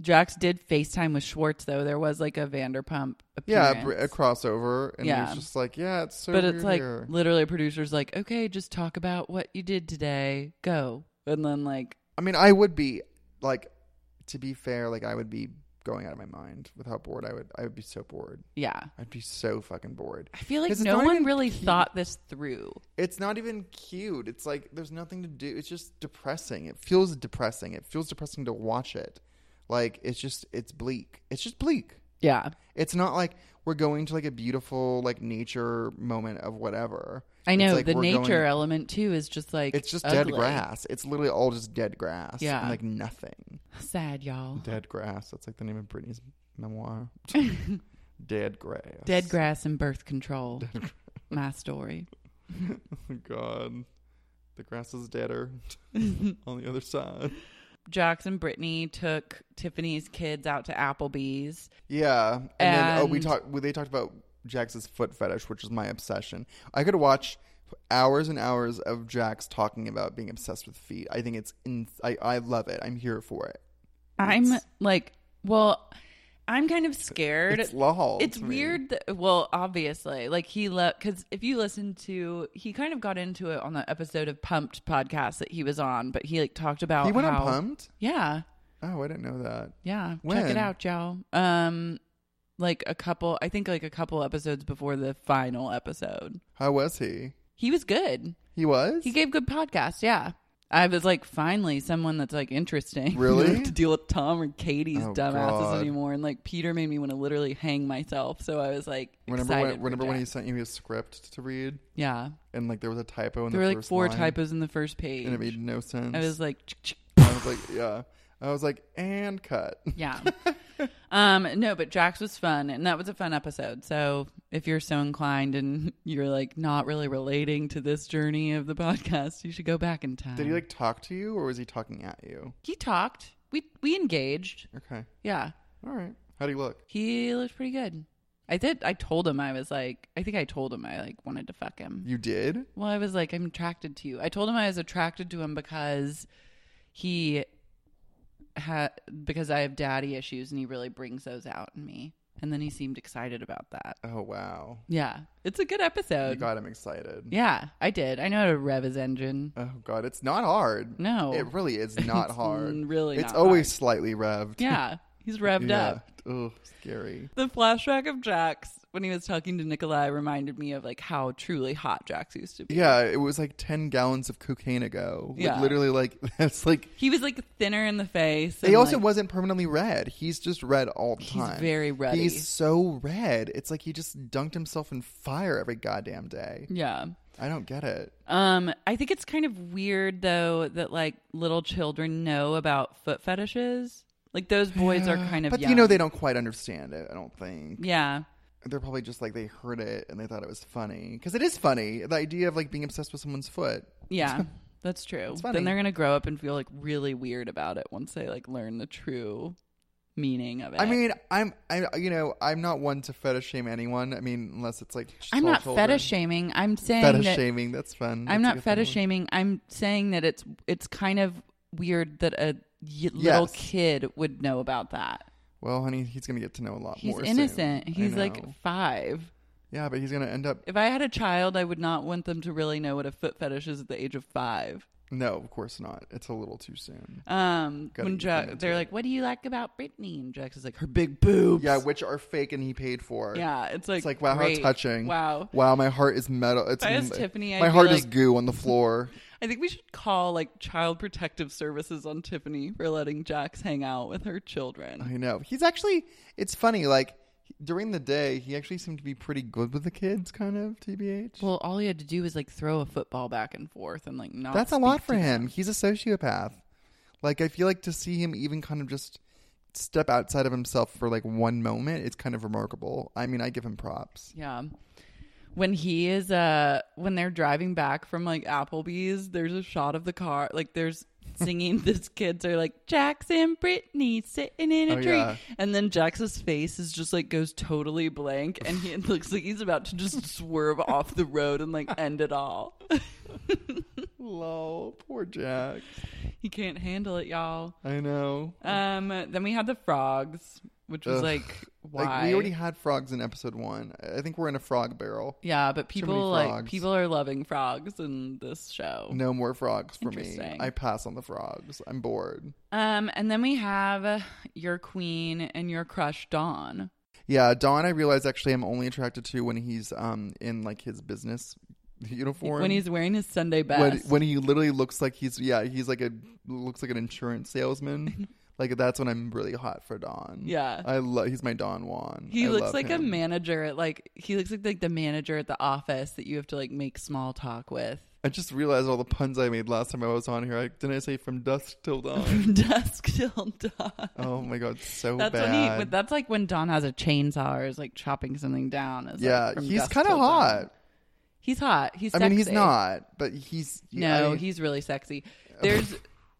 Speaker 2: Jax did FaceTime with Schwartz though. There was like a Vanderpump
Speaker 5: Yeah, a,
Speaker 2: appearance.
Speaker 5: br- a crossover, and
Speaker 2: Yeah.
Speaker 5: it's just like, yeah, it's so.
Speaker 2: but it's
Speaker 5: weird
Speaker 2: like
Speaker 5: here.
Speaker 2: literally a producer's like, okay, just talk about what you did today. Go. And then like
Speaker 5: I mean, I would be like, to be fair, like I would be going out of my mind with how bored I would. I would be so bored.
Speaker 2: Yeah.
Speaker 5: I'd be so fucking bored.
Speaker 2: I feel like
Speaker 5: 'Cause it's
Speaker 2: no
Speaker 5: not
Speaker 2: one
Speaker 5: even
Speaker 2: really
Speaker 5: cute.
Speaker 2: thought this through.
Speaker 5: It's not even cute. It's like there's nothing to do. It's just depressing. It feels depressing. It feels depressing to watch it. Like it's just it's bleak. It's just bleak.
Speaker 2: Yeah.
Speaker 5: It's not like we're going to like a beautiful like nature moment of whatever.
Speaker 2: I
Speaker 5: It's
Speaker 2: know
Speaker 5: like
Speaker 2: the
Speaker 5: we're
Speaker 2: nature
Speaker 5: going-
Speaker 2: element too is just like
Speaker 5: it's just dead
Speaker 2: ugly.
Speaker 5: grass. It's literally all just dead grass.
Speaker 2: Yeah.
Speaker 5: and like nothing.
Speaker 2: Sad y'all.
Speaker 5: Dead grass. That's like the name of Britney's memoir. dead grass.
Speaker 2: Dead grass and birth control. My story.
Speaker 5: Oh, God, the grass is deader on the other side.
Speaker 2: Jax and Brittany took Tiffany's kids out to Applebee's.
Speaker 5: Yeah, and, then oh, we
Speaker 2: And-
Speaker 5: talked. Well, they talked about Jax's foot fetish, which is my obsession. I could watch hours and hours of Jax talking about being obsessed with feet. I think it's in. I I love it. I'm here for it.
Speaker 2: I'm like, well, I'm kind of scared.
Speaker 5: it's lol
Speaker 2: It's
Speaker 5: to me.
Speaker 2: weird. That, well, obviously, like he left because if you listen to, he kind of got into it on the episode of Pumped podcast that he was on, but he like talked about
Speaker 5: He went on
Speaker 2: how-
Speaker 5: Pumped?
Speaker 2: Yeah,
Speaker 5: Oh, I didn't know that.
Speaker 2: yeah. Check
Speaker 5: When?
Speaker 2: it out, y'all. Um, like a couple, I think like a couple episodes before the final episode,
Speaker 5: How was he?
Speaker 2: he was good.
Speaker 5: He was.
Speaker 2: He gave good podcasts. Yeah. I was like, finally, someone that's like interesting.
Speaker 5: Really?
Speaker 2: I don't have to deal with Tom or Katie's
Speaker 5: Oh,
Speaker 2: dumbasses
Speaker 5: God.
Speaker 2: anymore. And like, Peter made me want to literally hang myself. So I was like,
Speaker 5: Remember
Speaker 2: excited
Speaker 5: when?
Speaker 2: for
Speaker 5: Remember when he
Speaker 2: Jack.
Speaker 5: sent you his script to read?
Speaker 2: Yeah.
Speaker 5: And like there was a typo in
Speaker 2: There
Speaker 5: the
Speaker 2: were like
Speaker 5: first
Speaker 2: four
Speaker 5: line,
Speaker 2: typos in the first page.
Speaker 5: and it made no sense.
Speaker 2: I was like, "Chick, chick."
Speaker 5: I was like, yeah. I was like, and cut.
Speaker 2: yeah. um, no, but Jax was fun. And that was a fun episode. So if you're so inclined and you're like not really relating to this journey of the podcast, you should go back in time.
Speaker 5: Did he like talk to you, or was he talking at you?
Speaker 2: He talked. We, we engaged.
Speaker 5: Okay.
Speaker 2: Yeah.
Speaker 5: All right. How do you look?
Speaker 2: He looked pretty good. I did. I told him I was like. I think I told him I like wanted to fuck him.
Speaker 5: You did?
Speaker 2: Well, I was like, I'm attracted to you. I told him I was attracted to him because he had because I have daddy issues and he really brings those out in me. And then he seemed excited about that.
Speaker 5: Oh wow.
Speaker 2: Yeah, it's a good
Speaker 5: You
Speaker 2: episode.
Speaker 5: got him excited.
Speaker 2: yeah, I did. I know how to rev his engine.
Speaker 5: Oh god, it's not hard.
Speaker 2: No.
Speaker 5: It really is not
Speaker 2: It's
Speaker 5: hard.
Speaker 2: really
Speaker 5: It's
Speaker 2: not
Speaker 5: always slightly revved.
Speaker 2: yeah, he's revved
Speaker 5: Yeah.
Speaker 2: up.
Speaker 5: Ugh, scary.
Speaker 2: The flashback of Jax when he was talking to Nikolai reminded me of like how truly hot Jax used to be.
Speaker 5: Yeah, it was like ten gallons of cocaine ago. Like,
Speaker 2: Yeah.
Speaker 5: literally like that's like
Speaker 2: He was like thinner in the face.
Speaker 5: he
Speaker 2: and,
Speaker 5: also
Speaker 2: like,
Speaker 5: wasn't permanently red. He's just red all the
Speaker 2: He's
Speaker 5: time.
Speaker 2: very ruddy.
Speaker 5: He's so red. It's like he just dunked himself in fire every goddamn day.
Speaker 2: Yeah.
Speaker 5: I don't get it.
Speaker 2: Um, I think it's kind of weird though that like little children know about foot fetishes. Like those boys are kind of
Speaker 5: But
Speaker 2: young.
Speaker 5: you know they don't quite understand it, I don't think.
Speaker 2: Yeah.
Speaker 5: they're probably just like they heard it and they thought it was funny because it is funny the idea of like being obsessed with someone's foot
Speaker 2: Yeah. That's true.
Speaker 5: It's funny.
Speaker 2: Then they're gonna grow up and feel like really weird about it once they like learn the true meaning of it.
Speaker 5: i mean i'm i you know i'm not one to fetish shame anyone i mean unless it's like
Speaker 2: I'm
Speaker 5: small
Speaker 2: not
Speaker 5: children.
Speaker 2: fetish shaming. I'm saying
Speaker 5: fetish
Speaker 2: that-
Speaker 5: shaming that's
Speaker 2: I'm
Speaker 5: fun That's a
Speaker 2: not
Speaker 5: good fun
Speaker 2: fetish
Speaker 5: word.
Speaker 2: shaming. I'm saying that it's it's kind of weird that a y- little
Speaker 5: Yes.
Speaker 2: kid would know about that.
Speaker 5: well honey he's gonna get to know a lot
Speaker 2: He's
Speaker 5: more soon.
Speaker 2: innocent.
Speaker 5: I
Speaker 2: He's
Speaker 5: know.
Speaker 2: like five.
Speaker 5: yeah but he's gonna end up
Speaker 2: If I had a child, I would not want them to really know what a foot fetish is at the age of five.
Speaker 5: no of course not it's a little too soon
Speaker 2: Um,
Speaker 5: Gotta
Speaker 2: when
Speaker 5: ease them
Speaker 2: Jack,
Speaker 5: into
Speaker 2: they're
Speaker 5: it.
Speaker 2: like, "What do you like about Britney?" and Jax is like, "Her big boobs."
Speaker 5: yeah which are fake and he paid for
Speaker 2: Yeah, it's like
Speaker 5: it's like wow
Speaker 2: great.
Speaker 5: how touching
Speaker 2: Wow.
Speaker 5: wow my heart is metal it's
Speaker 2: I asked Tiffany, I'd
Speaker 5: my
Speaker 2: be
Speaker 5: heart is
Speaker 2: like-
Speaker 5: goo on the floor
Speaker 2: I think we should call like Child Protective Services on Tiffany for letting Jax hang out with her children.
Speaker 5: I know. He's actually, it's funny, like, during the day, he actually seemed to be pretty good with the kids, kind of, TBH.
Speaker 2: Well, all he had to do was like throw a football back and forth and like not.
Speaker 5: That's a
Speaker 2: speak
Speaker 5: lot for
Speaker 2: to
Speaker 5: him. He's a sociopath. Like, I feel like to see him even kind of just step outside of himself for like one moment, it's kind of remarkable. I mean, I give him props.
Speaker 2: Yeah. when he is uh when they're driving back from like Applebee's, there's a shot of the car like there's singing this kids are like Jackson Brittany sitting in a
Speaker 9: Oh,
Speaker 2: tree
Speaker 9: yeah.
Speaker 2: and then Jax's face is just like goes totally blank and he it looks like he's about to just swerve off the road and like end it all.
Speaker 5: Lol, poor Jax.
Speaker 2: He can't handle it, y'all.
Speaker 5: I know.
Speaker 2: Um then we had the frogs, which was
Speaker 5: Ugh.
Speaker 2: like why
Speaker 5: we already had frogs in episode one. I think we're in a frog barrel.
Speaker 2: Yeah, but
Speaker 5: Too many
Speaker 2: people like
Speaker 5: frogs.
Speaker 2: people are loving frogs in this show.
Speaker 5: No more frogs for me.
Speaker 2: Oh, Interesting.
Speaker 5: I pass on the frogs. I'm bored.
Speaker 2: Um, and then we have uh, your queen and your crush Dawn.
Speaker 5: Yeah, Don. I realize actually I'm only attracted to when he's um in like his business uniform.
Speaker 2: When he's wearing his Sunday
Speaker 5: when,
Speaker 2: best.
Speaker 5: when he literally looks like he's yeah he's like a looks like an insurance salesman. like that's when I'm really hot for Don.
Speaker 2: Yeah.
Speaker 5: I love he's my Don Juan.
Speaker 2: he
Speaker 5: I
Speaker 2: looks
Speaker 5: love
Speaker 2: like a
Speaker 5: him.
Speaker 2: manager at like he looks like like the manager at the office that you have to like make small talk with.
Speaker 5: I just realized all the puns I made last time I was on here. I, didn't I say from dusk till dawn?
Speaker 2: From dusk till dawn.
Speaker 5: Oh my god, so
Speaker 2: that's
Speaker 5: bad.
Speaker 2: when he. That's like when Dawn has a chainsaw or is like chopping something down. Is,
Speaker 5: yeah,
Speaker 2: like, from
Speaker 5: he's
Speaker 2: dusk
Speaker 5: kind of
Speaker 2: till dawn.
Speaker 5: hot.
Speaker 2: He's hot. He's.
Speaker 5: I mean, he's
Speaker 2: sexy.
Speaker 5: not, but he's
Speaker 2: No,
Speaker 5: I-
Speaker 2: he's really sexy. There's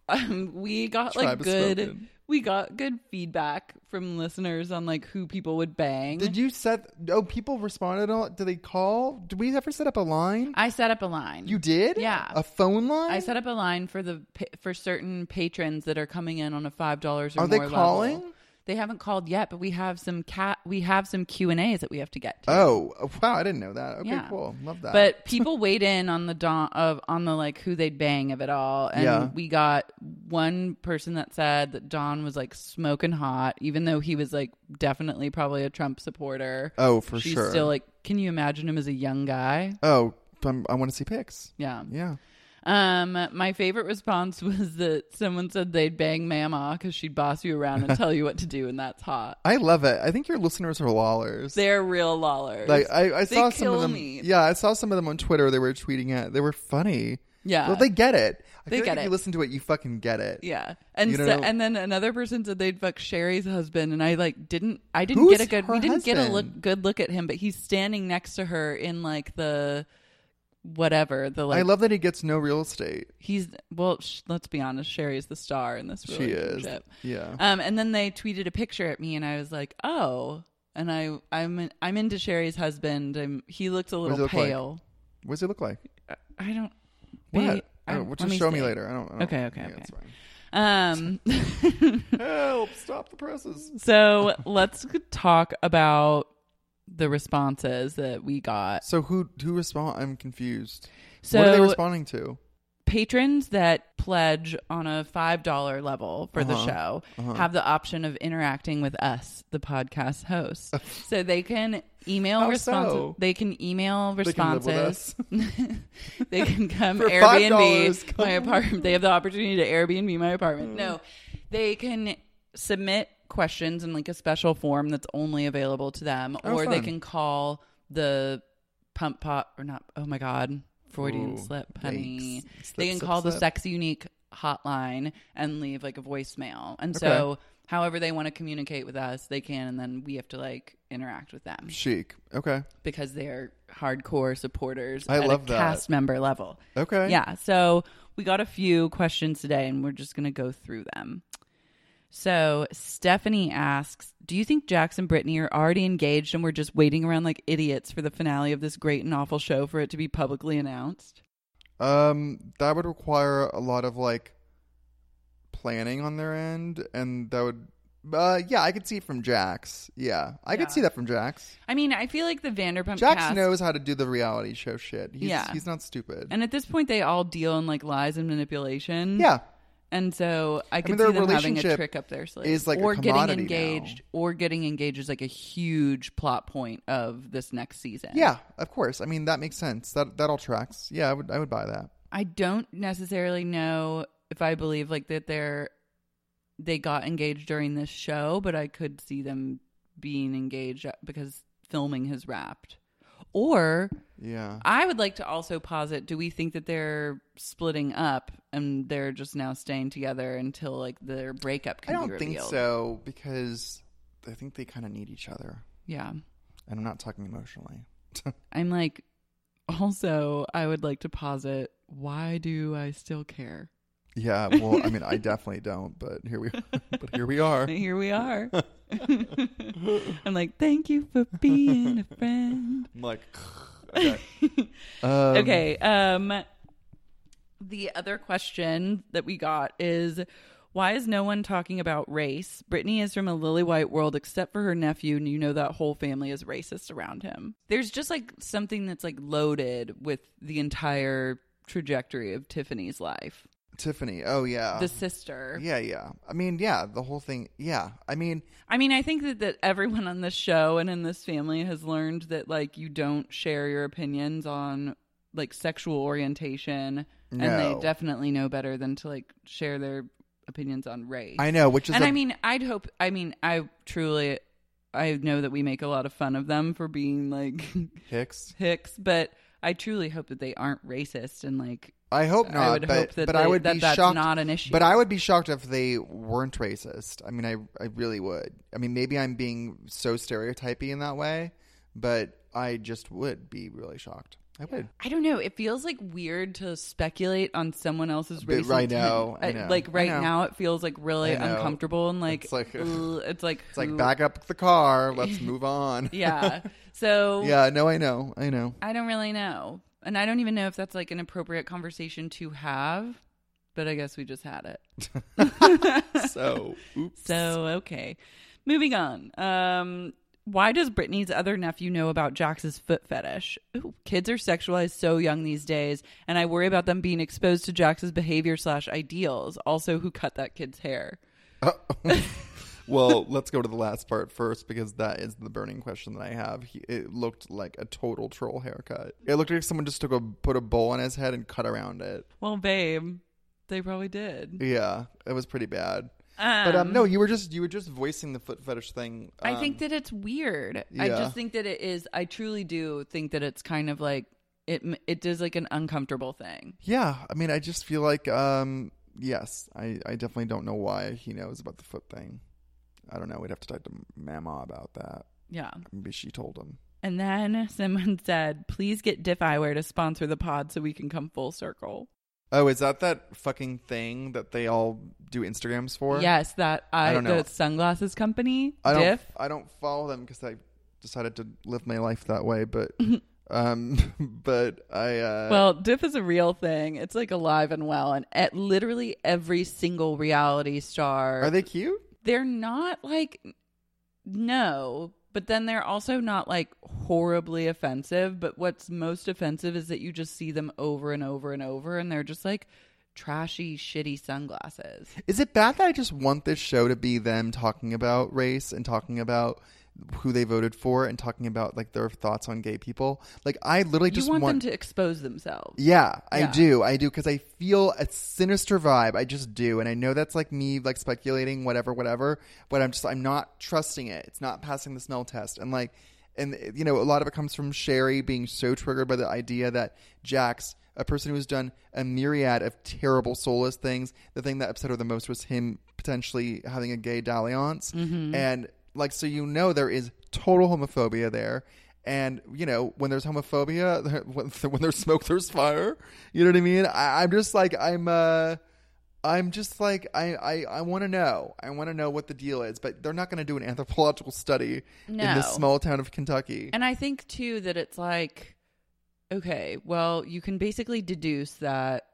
Speaker 2: um we got like
Speaker 5: Tribe has
Speaker 2: good
Speaker 5: spoken.
Speaker 2: we got good feedback from listeners on like who people would bang.
Speaker 5: Did you set? Oh, people responded. On, did they call? Did we ever set up a line?
Speaker 2: I set up a line.
Speaker 5: You did?
Speaker 2: Yeah.
Speaker 5: A phone line?
Speaker 2: I set up a line for the pa- for certain patrons that are coming in on a $5 or more
Speaker 5: Are they
Speaker 2: level.
Speaker 5: calling?
Speaker 2: They haven't called yet, but we have some cat we have some Q&As that we have to get to.
Speaker 5: Oh, wow! I didn't know that. Okay,
Speaker 2: Yeah.
Speaker 5: cool. Love that.
Speaker 2: But people weighed in on the don of on the like who they'd bang of it all, and
Speaker 5: Yeah.
Speaker 2: we got one person that said that Don was like smoking hot, even though he was like definitely probably a Trump supporter.
Speaker 5: Oh, for
Speaker 2: She's
Speaker 5: sure.
Speaker 2: Still like, can you imagine him as a young guy?
Speaker 5: oh, i I want to see pics.
Speaker 2: Yeah.
Speaker 5: Yeah.
Speaker 2: Um, my favorite response was that someone said they'd bang Mama because she'd boss you around and tell you what to do, and that's hot.
Speaker 5: I love it. I think your listeners are lollers.
Speaker 2: They're real lollers.
Speaker 5: like I, I
Speaker 2: They
Speaker 5: saw some
Speaker 2: kill
Speaker 5: of them.
Speaker 2: me.
Speaker 5: Yeah, I saw some of them on Twitter. They were tweeting at. They were funny.
Speaker 2: Yeah.
Speaker 5: Well, they get it. I
Speaker 2: They
Speaker 5: feel like
Speaker 2: get
Speaker 5: if
Speaker 2: it.
Speaker 5: You listen to it, you fucking get it.
Speaker 2: Yeah, and
Speaker 5: You
Speaker 2: so,
Speaker 5: know-
Speaker 2: and then another person said they'd fuck Sherry's husband, and I like didn't I didn't
Speaker 5: Who's
Speaker 2: get a good
Speaker 5: her
Speaker 2: we didn't get a look
Speaker 5: husband?
Speaker 2: good look at him, but he's standing next to her in like the whatever the like
Speaker 5: I love that he gets no real estate.
Speaker 2: he's well sh- let's be honest Sherry's the star in this
Speaker 5: She is.
Speaker 2: relationship
Speaker 5: Yeah.
Speaker 2: um and then they tweeted a picture at me and I was like oh and I I'm I'm into Sherry's husband and he looked a
Speaker 5: What does
Speaker 2: little
Speaker 5: he look like?
Speaker 2: pale
Speaker 5: What does he look like?
Speaker 2: I don't. Babe,
Speaker 5: What? I don't-
Speaker 2: I-
Speaker 5: well,
Speaker 2: let
Speaker 5: just
Speaker 2: me
Speaker 5: show me
Speaker 2: see.
Speaker 5: later. I don't- I don't-
Speaker 2: okay. Okay.
Speaker 5: yeah,
Speaker 2: okay.
Speaker 5: it's
Speaker 2: Um.
Speaker 5: Help! Stop the presses.
Speaker 2: So let's talk about the responses that we got.
Speaker 5: So who who respond? I'm confused.
Speaker 2: So
Speaker 5: what are they responding to?
Speaker 2: patrons that pledge on a $5 level for the
Speaker 5: Uh-huh.
Speaker 2: show
Speaker 5: Uh-huh.
Speaker 2: have the option of interacting with us the podcast hosts so they can email
Speaker 9: How
Speaker 2: responses
Speaker 9: so?
Speaker 2: they can email
Speaker 9: They can live with
Speaker 2: responses they can come
Speaker 9: For
Speaker 2: airbnb
Speaker 9: $5,
Speaker 2: my
Speaker 9: come. Mm.
Speaker 2: apartment they have the opportunity to airbnb my apartment no they can submit questions in like a special form that's only available to them
Speaker 9: Oh,
Speaker 2: or they
Speaker 9: fun.
Speaker 2: can call the pump pot or not oh my god freudian
Speaker 9: Ooh,
Speaker 2: slip honey
Speaker 9: yikes.
Speaker 2: they
Speaker 9: Slip,
Speaker 2: can
Speaker 9: slip,
Speaker 2: call the
Speaker 9: slip.
Speaker 2: sex unique hotline and leave like a voicemail and
Speaker 5: Okay.
Speaker 2: so however they want to communicate with us they can and then we have to like interact with them
Speaker 5: Chic. Okay.
Speaker 2: because they're hardcore supporters
Speaker 5: I
Speaker 2: at a
Speaker 5: love that.
Speaker 2: cast member level
Speaker 5: Okay.
Speaker 2: yeah so we got a few questions today and we're just going to go through them so stephanie asks do you think jackson and brittany are already engaged and we're just waiting around like idiots for the finale of this great and awful show for it to be publicly announced
Speaker 5: Um, that would require a lot of like planning on their end, and that would. Uh, yeah, I could see it from Jax. Yeah, I
Speaker 2: Yeah.
Speaker 5: could see that from Jax.
Speaker 2: i mean i feel like the vanderpump
Speaker 5: Jax
Speaker 2: cast-
Speaker 5: knows how to do the reality show shit. He's,
Speaker 2: Yeah.
Speaker 5: he's not stupid.
Speaker 2: And at this point, they all deal in like lies and manipulation.
Speaker 5: Yeah.
Speaker 2: And so I can
Speaker 5: mean, their
Speaker 2: see them having a
Speaker 5: relationship
Speaker 2: trick up their sleeve.
Speaker 5: is, like, a
Speaker 2: or getting
Speaker 5: commodity
Speaker 2: engaged, or getting engaged is like a huge plot point of this next season.
Speaker 5: yeah, of course. I mean, that makes sense. That that all tracks. Yeah, I would I would buy that.
Speaker 2: I don't necessarily know if I believe like that they're they got engaged during this show, but I could see them being engaged because filming has wrapped. Or
Speaker 5: Yeah.
Speaker 2: I would like to also posit do we think that they're splitting up and they're just now staying together until like their breakup
Speaker 5: I
Speaker 2: can be
Speaker 5: don't
Speaker 2: revealed?
Speaker 5: think so because I think they kind of need each other,
Speaker 2: Yeah.
Speaker 5: and I'm not talking emotionally.
Speaker 2: I'm like, also, I would like to posit why do I still care?
Speaker 5: Yeah, well, I mean, I definitely don't, but here we but here we are.
Speaker 2: And here we are. I'm like, thank you for being a friend.
Speaker 5: I'm like, okay. Um,
Speaker 2: okay. Um, the other question that we got is why is no one talking about race? Brittany is from a lily white world except for her nephew, and you know that whole family is racist around him. There's just like something that's like loaded with the entire trajectory of Tiffany's life.
Speaker 5: Tiffany. Oh yeah.
Speaker 2: The sister.
Speaker 5: Yeah, yeah. I mean, yeah, the whole thing. Yeah. I mean,
Speaker 2: I mean, I think that, that everyone on this show and in this family has learned that like you don't share your opinions on like sexual orientation and
Speaker 5: No.
Speaker 2: they definitely know better than to like share their opinions on race.
Speaker 5: I know, which is
Speaker 2: And
Speaker 5: a-
Speaker 2: I mean, I'd hope I mean, I truly I know that we make a lot of fun of them for being like
Speaker 5: Hicks.
Speaker 2: Hicks, but I truly hope that they aren't racist and like
Speaker 5: I hope not.
Speaker 2: I would
Speaker 5: but,
Speaker 2: hope that
Speaker 5: but
Speaker 2: they-
Speaker 5: I would
Speaker 2: that
Speaker 5: be
Speaker 2: that's
Speaker 5: shocked.
Speaker 2: not an issue.
Speaker 5: But I would be shocked if they weren't racist. I mean, I I really would. I mean, maybe I'm being so stereotypy in that way, but I just would be really shocked. I would.
Speaker 2: I don't know. It feels like weird to speculate on someone else's
Speaker 5: bit
Speaker 2: race.
Speaker 5: right now, I
Speaker 2: I-
Speaker 5: know.
Speaker 2: like
Speaker 5: I
Speaker 2: right
Speaker 5: know.
Speaker 2: now, it feels like really
Speaker 5: I know.
Speaker 2: uncomfortable and like
Speaker 5: It's like-
Speaker 2: ugh, it's like
Speaker 5: It's like
Speaker 2: who-
Speaker 5: back up the car. Let's move on.
Speaker 2: Yeah. So
Speaker 5: yeah. No, I know. I know.
Speaker 2: I don't really know, and I don't even know if that's like an appropriate conversation to have. But I guess we just had it.
Speaker 5: So, oops.
Speaker 2: So okay, moving on. Um, why does Brittany's other nephew know about Jax's foot fetish? Ooh, kids are sexualized so young these days, and I worry about them being exposed to Jax's behavior slash ideals. Also, who cut that kid's hair?
Speaker 5: Well, let's go to the last part first because that is the burning question that I have. He, it looked like a total troll haircut. It looked like someone just took a put a bowl on his head and cut around it.
Speaker 2: Well, babe, they probably did.
Speaker 5: Yeah, it was pretty bad. but um,
Speaker 2: Um,
Speaker 5: no, you were just you were just voicing the foot fetish thing.
Speaker 2: I think
Speaker 5: um,
Speaker 2: that it's weird. I
Speaker 5: yeah.
Speaker 2: just think that it is. I truly do think that it's kind of like it. It is like an uncomfortable thing.
Speaker 5: Yeah, I mean, I just feel like um, yes, I I definitely don't know why he knows about the foot thing. I don't know. We'd have to talk to Mama about that.
Speaker 2: Yeah.
Speaker 5: maybe she told him.
Speaker 2: And then someone said, please get Diff Eyewear to sponsor the pod so we can come full circle.
Speaker 5: Oh, is that that fucking thing that they all do Instagrams for?
Speaker 2: yes, that I,
Speaker 5: I don't know.
Speaker 2: the sunglasses company,
Speaker 5: I don't. uh,
Speaker 2: Diff.
Speaker 5: I don't follow them because I decided to live my life that way. But um, but I uh,
Speaker 2: Mm-hmm. well, Diff is a real thing. It's like alive and well. And at literally every single reality star.
Speaker 5: are they cute?
Speaker 2: They're not like, no, but then they're also not like horribly offensive. But what's most offensive is that you just see them over and over and over. And they're just like trashy, shitty sunglasses.
Speaker 5: Is it bad that I just want this show to be them talking about race and talking about who they voted for and talking about like their thoughts on gay people? Like I literally just
Speaker 2: you want, them to expose themselves.
Speaker 5: Yeah, I
Speaker 2: Yeah.
Speaker 5: do. I do because I feel a sinister vibe. I just do, and I know that's like me, like speculating, whatever, whatever. But I'm just, I'm not trusting it. It's not passing the smell test, and like, and you know, a lot of it comes from Sherry being so triggered by the idea that Jax, a person who's done a myriad of terrible, soulless things, the thing that upset her the most was him potentially having a gay dalliance, and like, so you know, there is total homophobia there. And you know, when there's homophobia, there- when when there's smoke, there's fire. You know what I mean? I, I'm just like I'm. uh I'm just like I I, I want to know. I want to know what the deal is, but they're not going to do an anthropological study in
Speaker 2: No.
Speaker 5: this small town of Kentucky.
Speaker 2: And I think too that it's like, okay, well, you can basically deduce that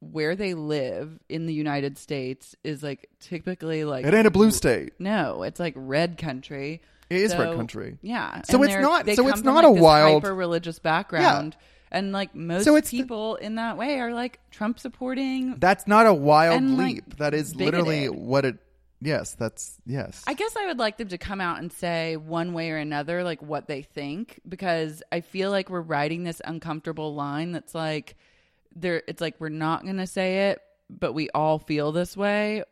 Speaker 2: where they live in the United States is like typically like
Speaker 5: it ain't a blue state.
Speaker 2: No, it's like red country.
Speaker 5: It is red country.
Speaker 2: Yeah.
Speaker 5: So
Speaker 2: and
Speaker 5: it's
Speaker 2: they're-
Speaker 5: not-
Speaker 2: They
Speaker 5: so
Speaker 2: come
Speaker 5: it's
Speaker 2: from,
Speaker 5: not
Speaker 2: like,
Speaker 5: a
Speaker 2: this
Speaker 5: wild-
Speaker 2: hyper religious background, and like most
Speaker 5: So it's the-
Speaker 2: people in that way are like Trump supporting.
Speaker 5: That's not a wild
Speaker 2: And, like,
Speaker 5: leap. That is literally
Speaker 2: bigoted.
Speaker 5: what it. Yes, that's yes.
Speaker 2: I guess I would like them to come out and say one way or another, like what they think, because I feel like we're riding this uncomfortable line that's like, there. It's like we're not gonna say it, but we all feel this way,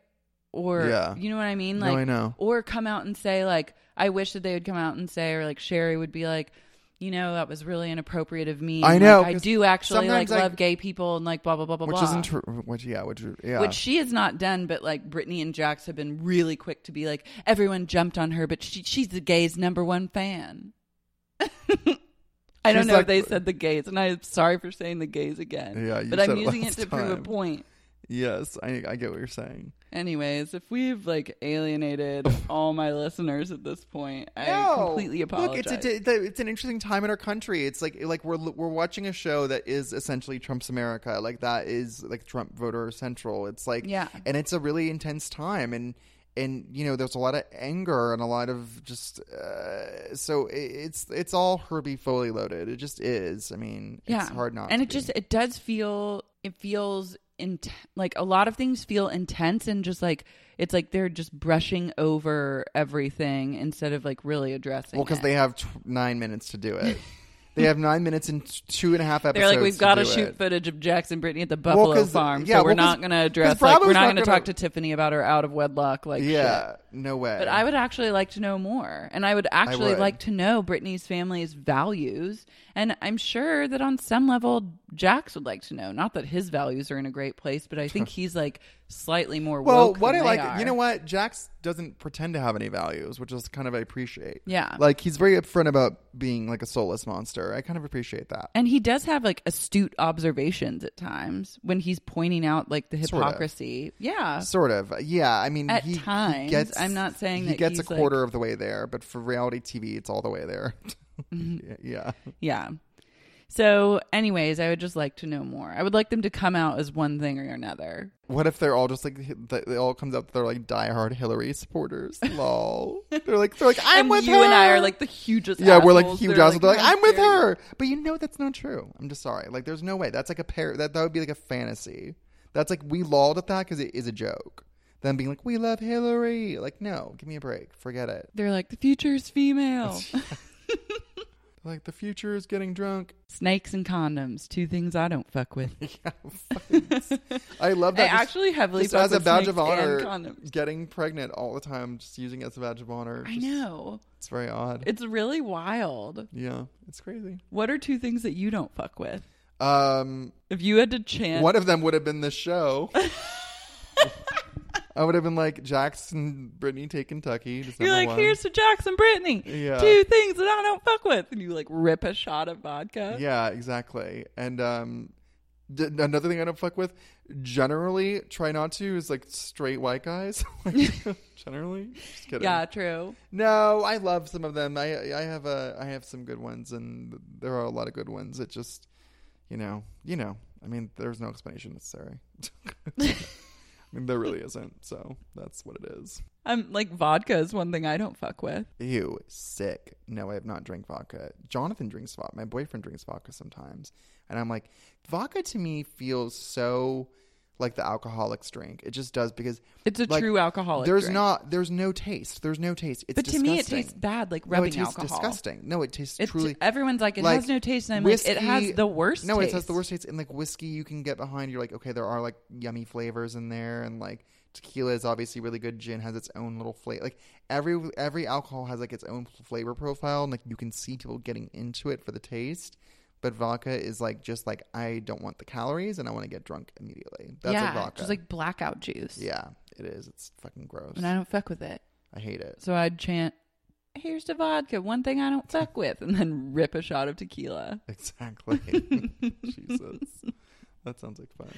Speaker 2: or
Speaker 5: Yeah.
Speaker 2: you know what I mean?
Speaker 5: No,
Speaker 2: Like,
Speaker 5: I know.
Speaker 2: Or come out and say like, I wish that they would come out and say, or like Sherry would be like. You know that was really inappropriate of me.
Speaker 5: I
Speaker 2: Like,
Speaker 5: know,
Speaker 2: I
Speaker 5: 'cause
Speaker 2: do actually like
Speaker 5: sometimes I-
Speaker 2: love gay people and like blah blah blah blah.
Speaker 5: which
Speaker 2: blah
Speaker 5: isn't true. Which yeah, which yeah.
Speaker 2: which she has not done. But like Brittany and Jax have been really quick to be like, everyone jumped on her, but she, she's the gay's number one fan.
Speaker 7: I don't
Speaker 5: She's
Speaker 7: know
Speaker 5: like-
Speaker 7: if they said the gays, and I'm sorry for saying the gays again.
Speaker 5: Yeah, you
Speaker 7: but I'm
Speaker 5: said it
Speaker 7: using it
Speaker 5: last
Speaker 7: to prove a
Speaker 5: time.
Speaker 7: point.
Speaker 5: Yes, I, I get what you're saying.
Speaker 7: Anyways, if we've like alienated all my listeners at this point, I
Speaker 5: No.
Speaker 7: completely
Speaker 5: Look,
Speaker 7: apologize.
Speaker 5: it's, a, it's a- it's an interesting time in our country. It's like like we're we're watching a show that is essentially Trump's America. Like that is like Trump voter central. It's like
Speaker 7: Yeah.
Speaker 5: and it's a really intense time and and you know there's a lot of anger and a lot of just uh, so it, it's it's all Herbie Foley loaded. It just is. I mean, it's hard not.
Speaker 2: and
Speaker 5: to
Speaker 2: it just
Speaker 5: be.
Speaker 2: it does feel it feels int- like a lot of things feel intense and just like it's like they're just brushing over everything instead of like really addressing
Speaker 5: well because
Speaker 2: it.
Speaker 5: they have t- nine minutes to do it. they have nine minutes and t- two and a half episodes.
Speaker 2: They're like, we've
Speaker 5: got to do
Speaker 2: shoot
Speaker 5: it."
Speaker 2: footage of Jackson Brittany at the
Speaker 5: Well,
Speaker 2: Buffalo
Speaker 5: 'cause-
Speaker 2: Farm,
Speaker 5: yeah,
Speaker 2: so we're
Speaker 5: well, 'cause-
Speaker 2: not gonna
Speaker 5: 'cause
Speaker 2: address like we're
Speaker 5: Bravo's
Speaker 2: not
Speaker 5: not
Speaker 2: gonna,
Speaker 5: gonna-
Speaker 2: talk to Tiffany about her out of wedlock like shit.
Speaker 5: yeah, no way.
Speaker 2: But I would actually like to know more. And I would actually
Speaker 5: would.
Speaker 2: like to know Brittany's family's values. And I'm sure that on some level, Jax would like to know. Not that his values are in a great place, but I think he's like slightly more
Speaker 5: Well,
Speaker 2: woke
Speaker 5: what
Speaker 2: than
Speaker 5: I
Speaker 2: they
Speaker 5: like,
Speaker 2: are.
Speaker 5: you know what, Jax doesn't pretend to have any values, which is kind of I appreciate.
Speaker 2: Yeah.
Speaker 5: like he's very upfront about being like a soulless monster. I kind of appreciate that.
Speaker 2: And he does have like astute observations at times when he's pointing out like the
Speaker 5: Sort of.
Speaker 2: hypocrisy. Yeah.
Speaker 5: Sort of, yeah. I mean,
Speaker 2: At
Speaker 5: he, he
Speaker 2: times,
Speaker 5: gets,
Speaker 2: I'm not saying
Speaker 5: he
Speaker 2: that
Speaker 5: gets a
Speaker 2: he's, like-
Speaker 5: quarter of the way there, but for reality TV, it's all the way there.
Speaker 2: Mm-hmm.
Speaker 5: yeah,
Speaker 2: Yeah. So, anyways, I would just like to know more. I would like them to come out as one thing or another.
Speaker 5: What if they're all just like th- it all comes out that they're like diehard Hillary supporters? Lol. they're like they're like I'm
Speaker 2: And
Speaker 5: with
Speaker 2: you and I
Speaker 5: her!"
Speaker 2: are, like, the hugest
Speaker 5: Yeah, we're like
Speaker 2: assholes.
Speaker 5: huge
Speaker 2: They're,
Speaker 5: assholes. They're
Speaker 2: like,
Speaker 5: like
Speaker 2: "How
Speaker 5: I'm with
Speaker 2: dare you."
Speaker 5: her, but you know that's not true. I'm just sorry. Like there's no way. That's like a pair. That that would be like a fantasy. That's like we lolled at that because it is a joke. Them being like we love Hillary. Like no, give me a break. Forget it.
Speaker 2: They're like, the future is female.
Speaker 5: Like the future is getting drunk.
Speaker 2: Snakes and condoms, two things I don't fuck with.
Speaker 5: I love that.
Speaker 2: I actually heavily
Speaker 5: just
Speaker 2: fuck
Speaker 5: as a
Speaker 2: with
Speaker 5: badge of
Speaker 2: snakes and
Speaker 5: honor,
Speaker 2: condoms.
Speaker 5: getting pregnant all the time, just using it as a badge of honor.
Speaker 2: I
Speaker 5: Just-
Speaker 2: know.
Speaker 5: It's very odd.
Speaker 2: It's really wild.
Speaker 5: yeah, it's crazy.
Speaker 2: What are two things that you don't fuck with?
Speaker 5: Um,
Speaker 2: If you had to chant,
Speaker 5: One of them would have been this show. I would have been like Jackson, Brittany, take Kentucky. just
Speaker 2: you're
Speaker 5: number
Speaker 2: like,
Speaker 5: one.
Speaker 2: here's to Jackson Brittany.
Speaker 5: Yeah.
Speaker 2: Two things that I don't fuck with, and you like rip a shot of vodka.
Speaker 5: yeah, exactly. And um, d- another thing I don't fuck with. Generally, try not to is like straight white guys. Like, generally, just kidding.
Speaker 2: Yeah, true.
Speaker 5: No, I love some of them. I I have a I have some good ones, and there are a lot of good ones. It just, you know, you know. I mean, there's no explanation necessary. I mean, there really isn't. So that's what it is.
Speaker 2: I'm like vodka is one thing I don't fuck with.
Speaker 5: Ew, sick. No, I have not drank vodka. Jonathan drinks vodka. My boyfriend drinks vodka sometimes. And I'm like, vodka to me feels so like the alcoholics drink. It just does because
Speaker 2: It's a
Speaker 5: like,
Speaker 2: true alcoholic
Speaker 5: There's
Speaker 2: drink.
Speaker 5: not there's no taste. There's no taste. It's
Speaker 2: But to me, it
Speaker 5: disgusting.
Speaker 2: tastes bad, like
Speaker 5: no,
Speaker 2: rubbing
Speaker 5: it tastes
Speaker 2: alcohol.
Speaker 5: disgusting. No, it tastes
Speaker 2: It-
Speaker 5: truly
Speaker 2: everyone's like, it has no taste, and I'm like,
Speaker 5: whiskey,
Speaker 2: it has the worst
Speaker 5: No, it has
Speaker 2: taste.
Speaker 5: the worst taste. And like whiskey you can get behind. You're like, okay, there are like yummy flavors in there and like tequila is obviously really good. Gin has its own little flavor. Like every every alcohol has like its own flavor profile and like you can see people getting into it for the taste. But vodka is like just like I don't want the calories and I want to get drunk immediately. That's
Speaker 2: yeah,
Speaker 5: like vodka.
Speaker 2: just like blackout juice.
Speaker 5: yeah, it is. It's fucking gross.
Speaker 2: and I don't fuck with it.
Speaker 5: I hate it.
Speaker 2: So I'd chant, "Here's to vodka, one thing I don't fuck with," and then rip a shot of tequila.
Speaker 5: Exactly. Jesus. That sounds like fun.